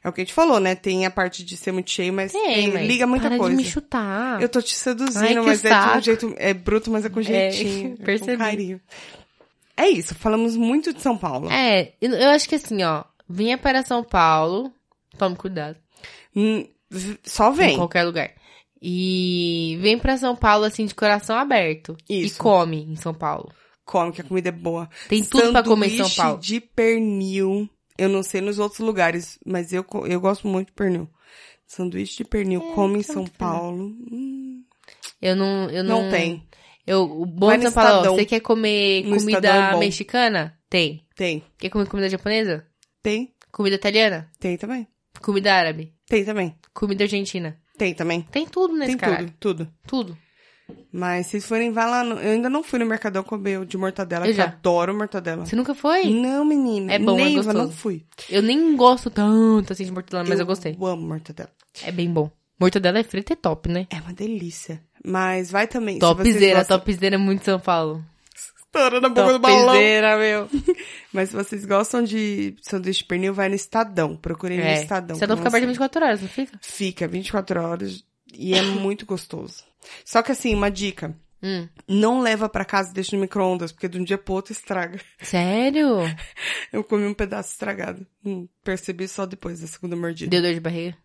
É o que a gente falou, né? Tem a parte de ser muito cheio, mas
Tem,
tem-
mas
liga muita
para
coisa.
de me chutar.
Eu tô te seduzindo,
Ai, que
mas é de
saco.
um jeito. É bruto, mas é com jeitinho. é com
percebi.
carinho. É isso, falamos muito de São Paulo.
É, eu- eu acho que assim, ó. Vinha para São Paulo. Tome cuidado.
Hum, v- Só
Em
vem.
qualquer lugar. E vem pra São Paulo, assim, de coração aberto. E
Isso.
come em São Paulo.
Come, que a comida é boa.
Tem tudo pra comer em São
Sanduíche
Paulo.
de pernil. Eu não sei nos outros lugares, mas eu, co- eu gosto muito de pernil. Sanduíche de pernil, come em
tá
São
muito pernil.
Paulo. Hum,
Eu não, eu
não,
não
tem.
Eu, o bom
Vai
de
no
São Paulo, ó,
Estadão.
você quer comer
No
comida
Estadão é bom.
mexicana? Tem.
Tem.
Quer comer comida japonesa?
Tem.
Comida italiana?
Tem também.
Comida árabe?
Tem também.
Comida argentina?
Tem também.
Tem tudo nesse
Tem
caralho.
tudo, tudo.
Tudo.
Mas se forem, vai lá. no- Eu ainda não fui no Mercadão comer o de mortadela,
Eu
que
já.
eu adoro mortadela.
Você nunca foi?
Não, menina.
É bom, é
Nem eu
gostoso.
não fui.
Eu nem gosto tanto assim de mortadela, mas eu, gostei.
amo mortadela.
É bem bom. Mortadela é frita e top, né?
É uma delícia. Mas vai também. se
Topzera,
vocês gostam-
topzera é muito São Paulo.
Estourando a boca do balão.
Topzera, meu.
Mas se vocês gostam de sanduíche de pernil, vai no Estadão. Procurem no
É.
Estadão.
Você não
pra
fica aberto
você.
24 horas, não fica?
Fica 24 horas e é muito gostoso. Só que assim, uma dica.
Hum.
Não leva pra casa e deixa no micro-ondas, porque de um dia pro outro estraga.
Sério?
Eu comi um pedaço estragado. Hum, percebi só depois da segunda mordida.
Deu dor de barriga?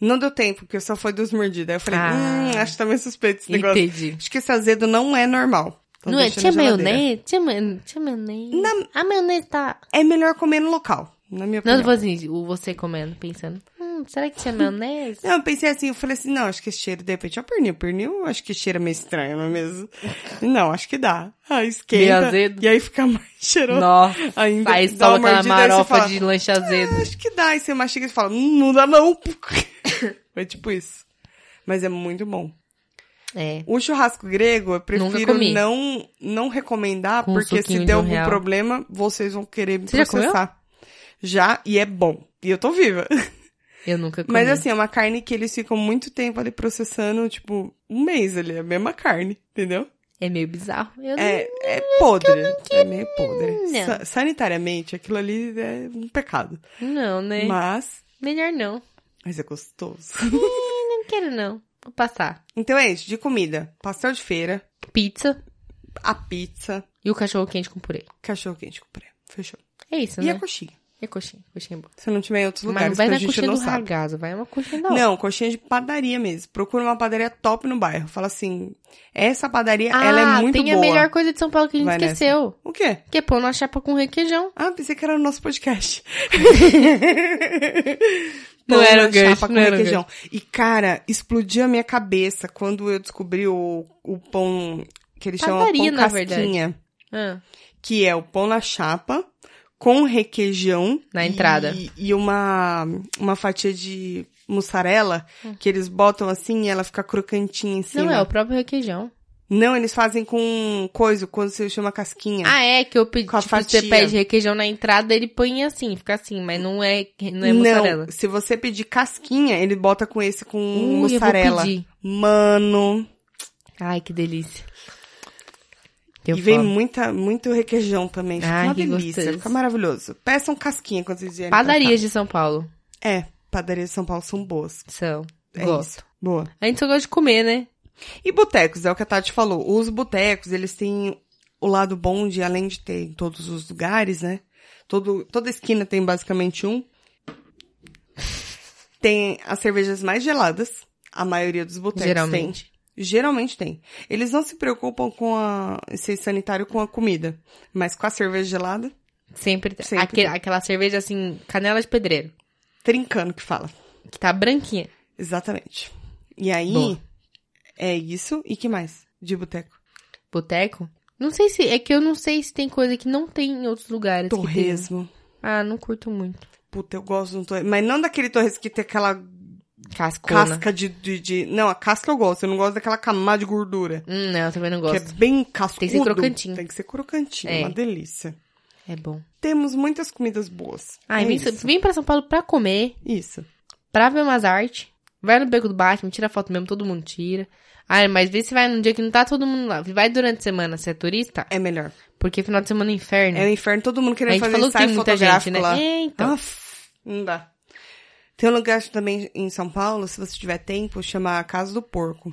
Não deu tempo, porque só foi duas mordidas. Aí eu falei,
Ah.
hum, acho que tá meio suspeito esse negócio.
Entendi.
Acho que esse azedo não é normal. Então
não é?
deixa
Tinha
na geladeira.
maionese? Tinha maionese? Tinha maionese? A maionese tá...
É melhor comer no local, na minha
Não,
opinião.
eu vou assim, o você comendo, pensando. Hum, será que tinha maionese?
Não, eu pensei assim, eu falei assim, não, acho que esse cheiro, de repente, é o pernil. Pernil, acho que cheira meio estranho, não é mesmo? não, acho que dá. Aí
Meio
esquenta,
azedo.
e aí fica mais cheiroso.
Nossa,
Ainda
aí
dá uma
solta aquela
mordida, aí você
marofa
fala,
de lanche azedo.
"Ah, acho que dá. Aí você mastiga e fala, hum, não dá não. Foi tipo isso. Mas é muito bom.
É.
O churrasco grego, eu
Nunca
prefiro
comi.
não não recomendar,
Com um
porque
suquinho
se
de
der
um
algum
real.
problema, vocês vão querer me
Você já comeu?
processar. Já, e é bom. E eu tô viva.
Eu nunca comi.
Mas assim, é uma carne que eles ficam muito tempo ali processando, tipo, um mês ali, a mesma carne, entendeu?
É meio bizarro. Eu
É, é
Hum,
podre. É meio podre.
não.
Sa- sanitariamente, aquilo ali é um pecado.
não, não, né?
Mas,
Melhor não.
mas é gostoso.
Não quero não. Vou passar.
então é isso, de comida. Pastel de feira,
Pizza
a pizza,
e o cachorro quente com purê.
cachorro quente com pré. Fechou.
É isso,
E
né?
a coxinha.
E coxinha, coxinha é boa.
Se não tiver em outros
Mas não
lugares
vai
que a
na
gente
coxinha
não
do
sabe.
ragazzo, vai uma coxinha da hora.
Não, coxinha de padaria mesmo. Procura uma padaria top no bairro. Fala assim, essa padaria,
Ah,
ela é muito
tem
boa.
a melhor coisa de São Paulo que a gente
Vai nessa.
esqueceu.
O quê?
Que é pão na chapa com requeijão.
Ah, pensei que era o nosso podcast.
Não
Pão
era
na
o gancho,
chapa com
não era o
requeijão. E, cara, explodiu a minha cabeça quando eu descobri o, o pão que eles chamam
Padaria,
pão
na verdade.
casquinha.
Ah,
Que é o pão na chapa com requeijão.
Na
e-
entrada.
E uma, uma fatia de mussarela que eles botam assim e ela fica crocantinha em cima.
Hum. não é o próprio requeijão.
Não, eles fazem com coisa, quando você chama casquinha.
Ah, é que eu pedi,
Com a
tipo, você
fatia.
pede requeijão na entrada, ele põe assim, fica assim, mas não é, não é mussarela.
se você pedir casquinha, ele bota com esse com
Hum, eu vou
mussarela.
pedir.
Mano,
Ai, que delícia. Deu
e vem
fome.
muita, muito requeijão também. Fica
Ai,
uma
que
delícia,
gostoso.
fica maravilhoso. Peçam casquinha quando vocês vierem pra cá.
Padarias de São Paulo.
É, padarias de São Paulo são boas.
São.
É
Gosto.
isso. Boa.
A gente só gosta de comer, né?
E botecos, é o que a Tati falou. Os botecos, eles têm o lado bom de, além de ter em todos os lugares, né? Todo, toda esquina tem basicamente um. Tem as cervejas mais geladas. A maioria dos botecos tem.
Geralmente.
Geralmente tem. Eles não se preocupam com a, ser sanitário com a comida, mas com a cerveja gelada,
Sempre.
Sempre.
Aquele- aquela cerveja assim, canela de pedreiro.
trincando que fala.
Que tá branquinha.
Exatamente. E aí,
Boa.
é isso. E que mais de boteco?
Boteco? Não sei se. É que eu não sei se tem coisa que não tem em outros lugares. que tem. né?
Torresmo.
Ah, não curto muito.
Puta, eu gosto de um torresmo. Mas não daquele torresmo que tem aquela
Cascona.
casca de, de, de- Não, a casca eu gosto. Eu não gosto daquela camada de gordura.
Hum, não, eu também não
Que
gosto.
é bem cascudo.
Tem que ser crocantinho.
Tem que ser crocantinho.
É.
Uma delícia.
É, bom.
Temos muitas comidas boas.
Ai,
é
vem,
isso.
vem pra São Paulo pra comer,
isso.
pra ver umas artes. Vai no Beco do Batman, tira foto mesmo, todo mundo tira. Ah, mas vê se vai num dia que não tá todo mundo lá. Vai durante a semana, se é turista,
É melhor.
porque final de semana é inferno.
É o inferno, todo mundo
a
querendo
gente
fazer
falou que tem
ensaio
muita
fotográfico
gente, né?
lá.
É, então.
Aff, não dá. Tem um lugar também em São Paulo, se você tiver tempo, chama Casa do Porco.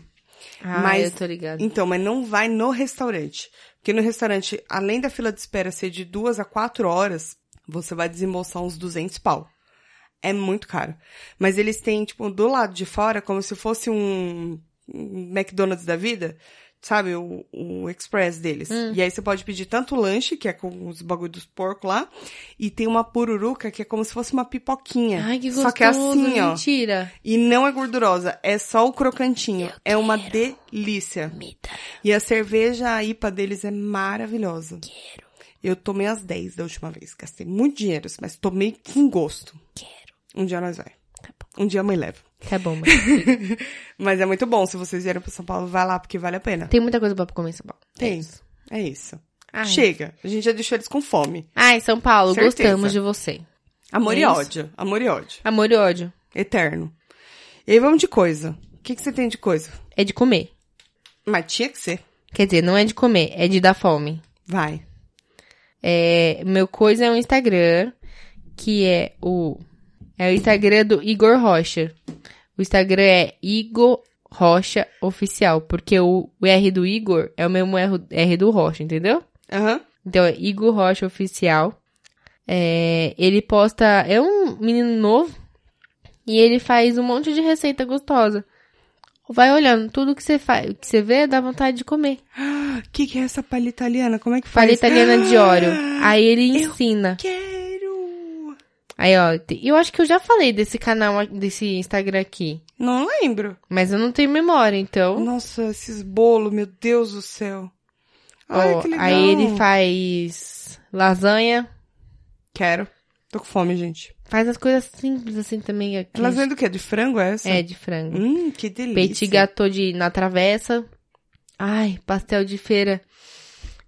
Ah,
Então, mas-
eu tô ligada.
Então, mas não vai no restaurante. Porque no restaurante, além da fila de espera ser de duas a quatro horas, você vai desembolsar uns 200 pau. É muito caro. Mas eles têm, tipo, do lado de fora, como se fosse um um McDonald's da vida, sabe? O, o Express deles.
Hum.
E aí você pode pedir tanto lanche, que é com os bagulho dos porcos lá, e tem uma pururuca, que é como se fosse uma pipoquinha.
Ai, que gostoso.
Só que é assim, ó.
Mentira.
E não é gordurosa, é só o crocantinho. É uma delícia. E a cerveja a IPA deles é maravilhosa. Eu tomei às 10 da última vez. Gastei muito dinheiro, mas tomei com gosto. Um dia nós vai. Um dia a mãe leva.
Tá bom, mas
Mas é muito bom. Se vocês vierem pra São Paulo, vai lá, porque vale a pena.
tem muita coisa pra comer em São Paulo. É
Tem.
isso.
É isso.
Ai.
Chega. A gente já deixou eles com fome.
Ai, São Paulo,
Certeza.
gostamos de você.
Amor
É
e
isso.
ódio. Amor e ódio.
Amor e ódio.
Eterno. E aí vamos de coisa. O que, que você tem de coisa?
É de comer.
Mas tinha que ser.
Quer dizer, não é de comer, é de dar fome.
Vai.
É, meu coisa é um Instagram, que é o. É o Instagram do Igor Rocha. O Instagram é Igor Rocha Oficial, porque o, o R do Igor é o mesmo R, R do Rocha, entendeu?
Aham.
Então é Igor Rocha Oficial. É, ele posta. É um menino novo e ele faz um monte de receita gostosa. Vai olhando, tudo que você faz, que você vê dá vontade de comer.
O que, que é essa palha italiana? Como é que faz?
Falha
Ah,
italiana de óleo. Aí ele
eu
ensina.
Quero!
Aí, ó, te- eu acho que eu já falei desse canal, a- desse Instagram aqui.
Não lembro.
Mas eu não tenho memória, então.
Nossa, esses bolos, meu Deus do céu. Ai,
Ó,
que legal.
Oh, aí ele faz lasanha.
Quero. Tô com fome, gente.
Faz as coisas simples assim também. Aqui.
Elas vêm do quê? De frango é essa?
É, de frango.
Hum, que delícia.
Petit gâteau de, na travessa. Ai, pastel de feira.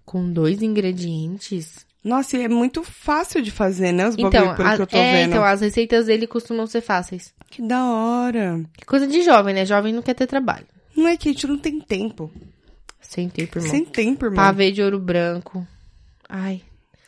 Com dois ingredientes.
Nossa, e é muito fácil de fazer, né? Os
Então,
bagulho, pelo
a-
que eu tô
é,
vendo.
então, as receitas dele costumam ser fáceis.
Que da hora.
Que coisa de jovem, né? Jovem não quer ter trabalho.
Não é que a gente não tem tempo.
Sem tempo, irmão.
Sem tempo, irmão.
Pavê de ouro branco. Ai,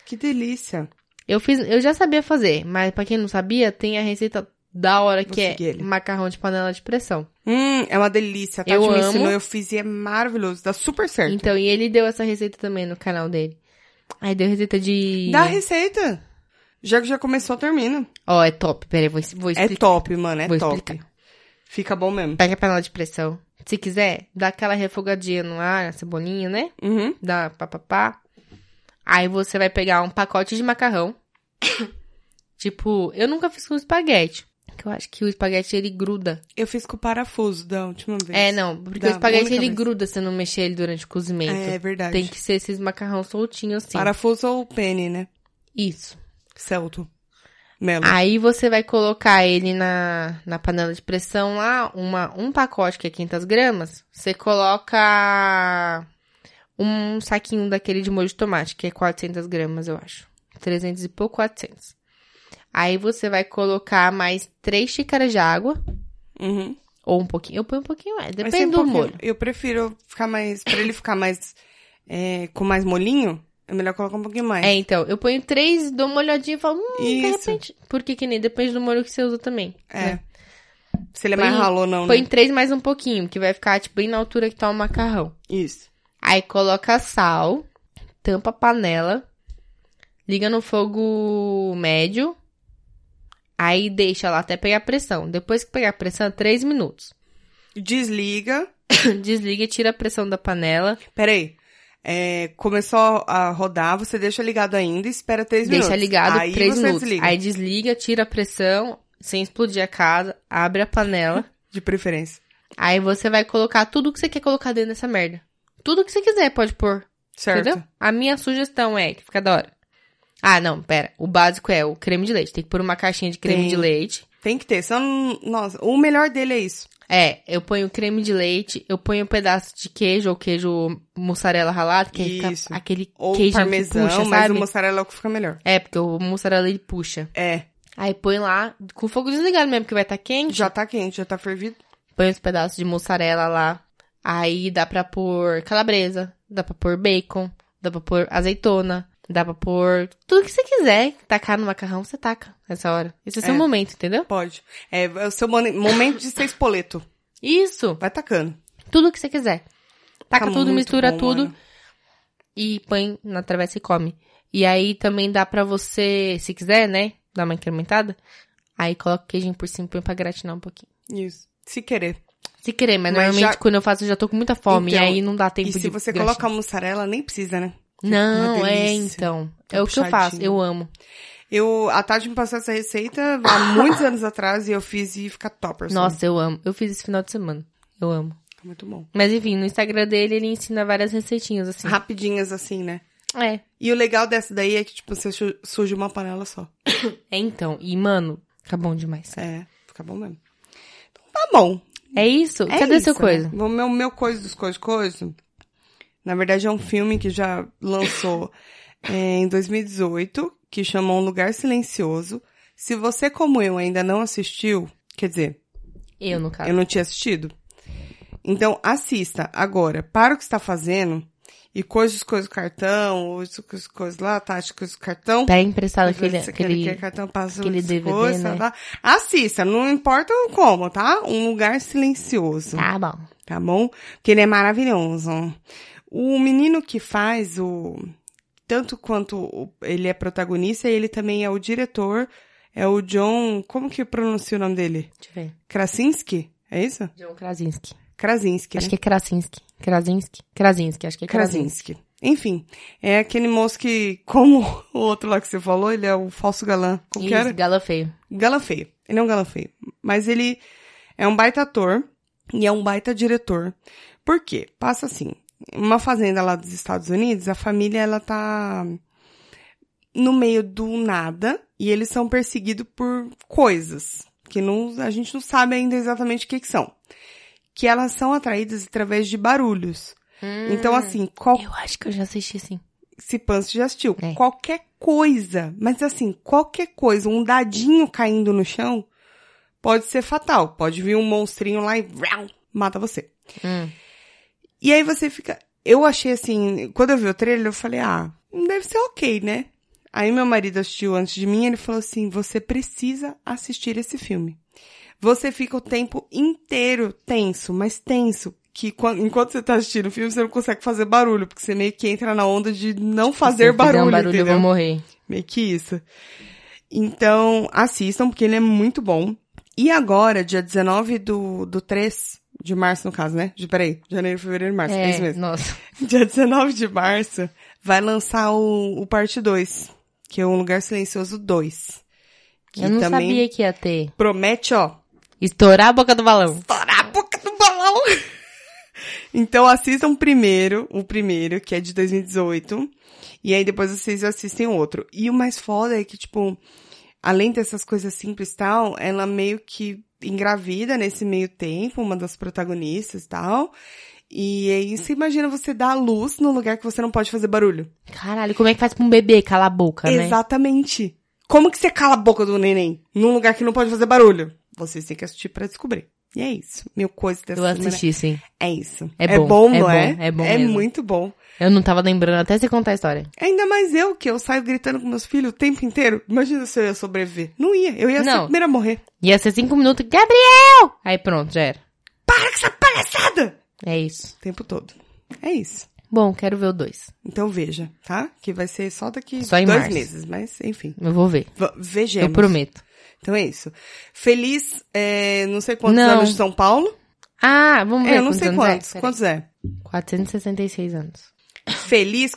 Que delícia.
Eu fiz, eu já sabia fazer, mas pra quem não sabia, tem a receita da hora
Vou
que é
seguir ele.
macarrão de panela de pressão.
Hum, é uma delícia. A Tati
Eu
me
amo.
ensinou, eu fiz e é maravilhoso. Dá super certo.
Então, e ele deu essa receita também no canal dele. Aí deu receita de
Dá a receita. Já que já começou, termina.
Ó, é top. Peraí, vou, vou
É
explicar.
top, mano, é
Vou
top.
explicar.
Fica bom mesmo.
Pega a panela de pressão. Se quiser, dá aquela refogadinha no ar, na cebolinha, né?
Uhum.
Dá pá, pá, pá. Aí você vai pegar um pacote de macarrão. tipo, eu nunca fiz com espaguete. Porque eu acho que o espaguete, ele gruda.
Eu fiz com o parafuso da última vez.
É, não. Porque
Dá,
o espaguete,
única
ele
vez.
gruda se não mexer ele durante o cozimento.
É, é verdade.
Tem que ser esses macarrão soltinhos assim.
Parafuso ou pene, né?
Isso.
Celto. Melo.
Aí você vai colocar ele na, na panela de pressão lá, uma, um pacote que é 500 gramas. Você coloca um saquinho daquele de molho de tomate, que é 400 gramas, eu acho. 300 e pouco, 400. Aí você vai colocar mais 3 xícaras de água,
Uhum.
ou um pouquinho. Eu ponho um pouquinho, é,
Mas
depende
tem
do
pouquinho.
molho.
Eu prefiro ficar mais. Pra ele ficar mais. é, com mais molinho, é melhor colocar um pouquinho mais.
É, então, eu ponho três, dou uma olhadinha e falo, hum, de
Isso.
repente. Porque que nem depende do molho que você usa também.
É.
né?
Se ele é mais
Põe-
ralo ou não,
Põe
né?
três mais um pouquinho, que vai ficar, tipo, bem na altura que tá o macarrão.
Isso.
Aí coloca sal, tampa a panela, liga no fogo médio, aí deixa lá até pegar pressão. Depois que pegar pressão, 3 minutos.
Desliga.
Desliga e tira a pressão da panela,
Peraí. É, começou a rodar, você deixa ligado ainda e espera três
deixa
minutos.
ligado
Aí
3
você
minutos.
desliga.
Aí desliga, tira a pressão, sem explodir a casa, abre a panela.
De preferência.
aí você vai colocar tudo que você quer colocar dentro dessa merda. Tudo que você quiser pode pôr.
Certo.
Entendeu? A minha sugestão é que fica da hora. Ah, não, pera. O básico é o creme de leite. Tem que pôr uma caixinha de creme
Tem.
de leite.
Tem que ter. Só não- Nossa, o melhor dele é isso.
É, eu ponho creme de leite, eu ponho um pedaço de queijo ou queijo mussarela ralado, que aí
Isso.
fica aquele
Ou
queijo
parmesão,
que puxa,
mas
sabe?
o mussarela é o que fica melhor.
É, porque o mussarela ele puxa.
É.
Aí põe lá, com o fogo desligado mesmo, que vai estar quente.
Já tá quente, já tá fervido.
Põe uns pedaços de mussarela lá. Aí dá pra pôr calabresa, dá pra pôr bacon, dá pra pôr azeitona, dá pra pôr tudo que você quiser. Tacar no macarrão, você taca nessa hora. Esse é o seu
É.
momento, entendeu?
Pode. É, é o seu mone- momento de ser espoleto.
Isso,
Vai tacando.
tudo que você quiser. Taca
Tá
tudo,
muito
mistura
bom,
tudo
mano.
e põe na travessa e come. E aí também dá pra você, se quiser, né, dar uma incrementada, aí coloca o queijinho por cima e põe pra gratinar um pouquinho.
Isso. Se querer.
Se querer, mas,
Mas
normalmente
já-
quando eu faço eu já tô com muita fome
Então,
e aí não dá tempo
e
de
se você
gratinar.
colocar mussarela, nem precisa, né?
Não,
Uma
é
delícia.
então.
Tá
é o que eu faço,
puxadinho.
eu amo.
Eu, a Tati me passou essa receita há muitos anos atrás e eu fiz e fica topper. sabe?
Nossa, eu amo. Eu fiz esse final de semana. Eu amo.
Fica muito bom.
Mas enfim, no Instagram dele ele ensina várias receitinhas assim.
Rapidinhas assim, né?
É.
E o legal dessa daí é que, tipo, você su- suja uma panela só.
É então. E mano, tá bom demais.
É, fica bom mesmo. Então tá bom.
É isso?
É
Cadê seu
isso,
coisa?
né? O meu, meu coisa dos coisas coisa. Na verdade, é um filme que já lançou é, em 2018, que chama Um Lugar Silencioso. Se você, como eu, ainda não assistiu, quer dizer,
Eu, no caso.
eu não tinha assistido. Então, assista agora. Para o que está fazendo e coisas, coisas, cartão, ou isso, coisas, coisas lá, Tati, coisas, cartão.
Pega emprestado
Às vezes
aquele.
você quer-
aquele...
quer cartão passa
aquele
as
DVD,
coisas,
né?
tá? Assista, não importa o como, tá? Um lugar silencioso
Tá bom.
tá bom? Porque ele é maravilhoso. O menino que faz o tanto quanto o- ele é protagonista, ele também é o diretor, é o John, como que pronuncia o nome dele?
Deixa eu ver.
Krasinski? É isso?
John Krasinski.
Krasinski,
Acho
né?
que é Krasinski. Krasinski? Krasinski, acho que é Krasinski.
Krasinski. Enfim, é aquele moço que, como o outro lá que você falou, ele é o falso galã. Como que era?
Isso, gala feio.
Galã feio. Ele é um galã feio. Mas ele é um baita ator e é um baita diretor. Por quê? Passa assim. Uma fazenda lá dos Estados Unidos, a família, ela tá no meio do nada e eles são perseguidos por coisas que não, a gente não sabe ainda exatamente o que, que são. Que elas são atraídas através de barulhos. Então, assim, qual,
Eu acho que eu já assisti sim.
se Panso já assistiu.
É.
Qualquer coisa, mas assim, qualquer coisa, um dadinho caindo no chão pode ser fatal. Pode vir um monstrinho lá e vrau, mata você.
Hum.
E aí você fica. Eu achei assim, quando eu vi o trailer, eu falei, ah, deve ser ok, né? Aí meu marido assistiu antes de mim, ele falou assim: você precisa assistir esse filme. Você fica o tempo inteiro tenso, mas tenso. Que quan- enquanto você tá assistindo o filme, você não consegue fazer barulho, porque você meio que entra na onda de não fazer
Se eu fizer
barulho.
um barulho, eu
entendeu?
vou morrer.
Meio que isso. Então, assistam, porque ele é muito bom. E agora, dia 19 do, do 3 de março, no caso, né? De, peraí, janeiro, fevereiro, março, é, isso
É,
mesmo.
nossa.
Dia 19 de março, vai lançar o, o parte 2, que é Um Lugar Silencioso 2. Que
eu não
também
sabia que ia ter.
promete, ó,
Estourar a boca do balão.
estourar a boca do balão. Então assistam primeiro, o primeiro, que é de 2018. E aí depois vocês assistem outro. E o mais foda é que, tipo, além dessas coisas simples e tal, ela meio que engravida nesse meio tempo, uma das protagonistas e tal. E aí você imagina você dar a luz num lugar que você não pode fazer barulho.
Caralho, como é que faz pra um bebê calar a boca, né?
Exatamente. Como que você cala a boca do neném num lugar que não pode fazer barulho? Vocês têm que assistir pra descobrir. E é isso. Meu coisa dessa
Eu
semana.
assisti, sim.
É isso.
É bom, é
não
bom,
é?
é bom
É
mesmo.
muito bom.
Eu não tava lembrando até você contar a história.
Ainda mais eu, que eu saio gritando com meus filhos o tempo inteiro. Imagina se eu ia sobreviver. Não ia. Eu ia ser
Não.
a primeira a morrer.
Ia ser cinco minutos. Gabriel! Aí pronto, já era.
Para com essa palhaçada!
É isso.
O tempo todo. É isso.
Bom, quero ver o dois.
Então veja, tá? Que vai ser só daqui
Só em
dois
março.
meses. Mas, enfim.
Eu vou ver.
V-
Eu
Vejamos.
prometo.
Então é isso. Feliz, é, não sei quantos
Não.
anos de São Paulo.
Ah, vamos ver.
É, eu não sei
anos é.
quantos.
Peraí.
Quantos é?
466 anos.
Feliz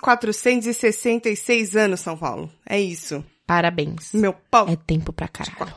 466 anos, São Paulo. É isso.
Parabéns.
Meu pau.
É tempo pra caralho.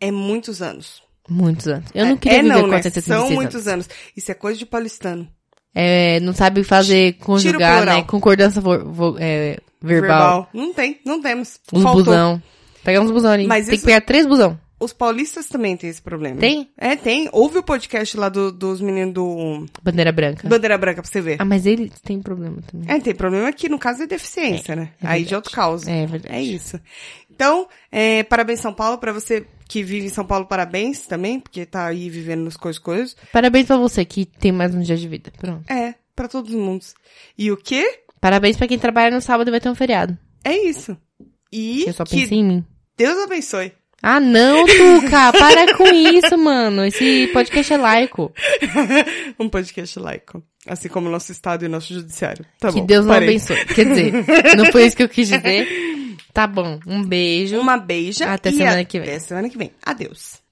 é muitos anos.
Muitos anos. Eu não
É-
queria
é,
viver
não, né?
466
São
anos.
muitos anos. Isso é coisa de paulistano.
É, não sabe fazer conjugar,
plural.
né? Concordância vo- vo- é, verbal.
Não tem, não temos.
Os
Faltou.
busão. Pegar uns busão ali.
Mas
Tem
isso-
que pegar três busão.
Os paulistas também têm esse problema.
Tem?
É, tem. Ouve o podcast lá do- dos meninos do
Bandeira branca.
Bandeira Branca pra você ver.
Ah, mas ele tem problema também.
É, tem problema que no caso é deficiência, né? Aí de outro causa.
É, é verdade.
É isso. Então, é, parabéns São Paulo, pra você que vive em São Paulo, parabéns também, porque tá aí vivendo nos coisas coisas.
Parabéns pra você que tem mais um dia de vida. Pronto.
É, pra todos os mundos. E o quê?
Parabéns pra quem trabalha no sábado e vai ter um feriado.
É isso. E
Eu só
que
pensei em mim.
Deus abençoe.
Ah, não, Tuca! Para com isso, mano. Esse podcast é laico.
um podcast laico. Assim como o nosso Estado e o nosso Judiciário. Tá
que
bom,
Deus não
parei.
abençoe. Quer dizer, não foi isso que eu quis dizer. Tá bom. Um beijo.
Uma beija.
Até
e
semana que vem.
Até semana que vem. Adeus.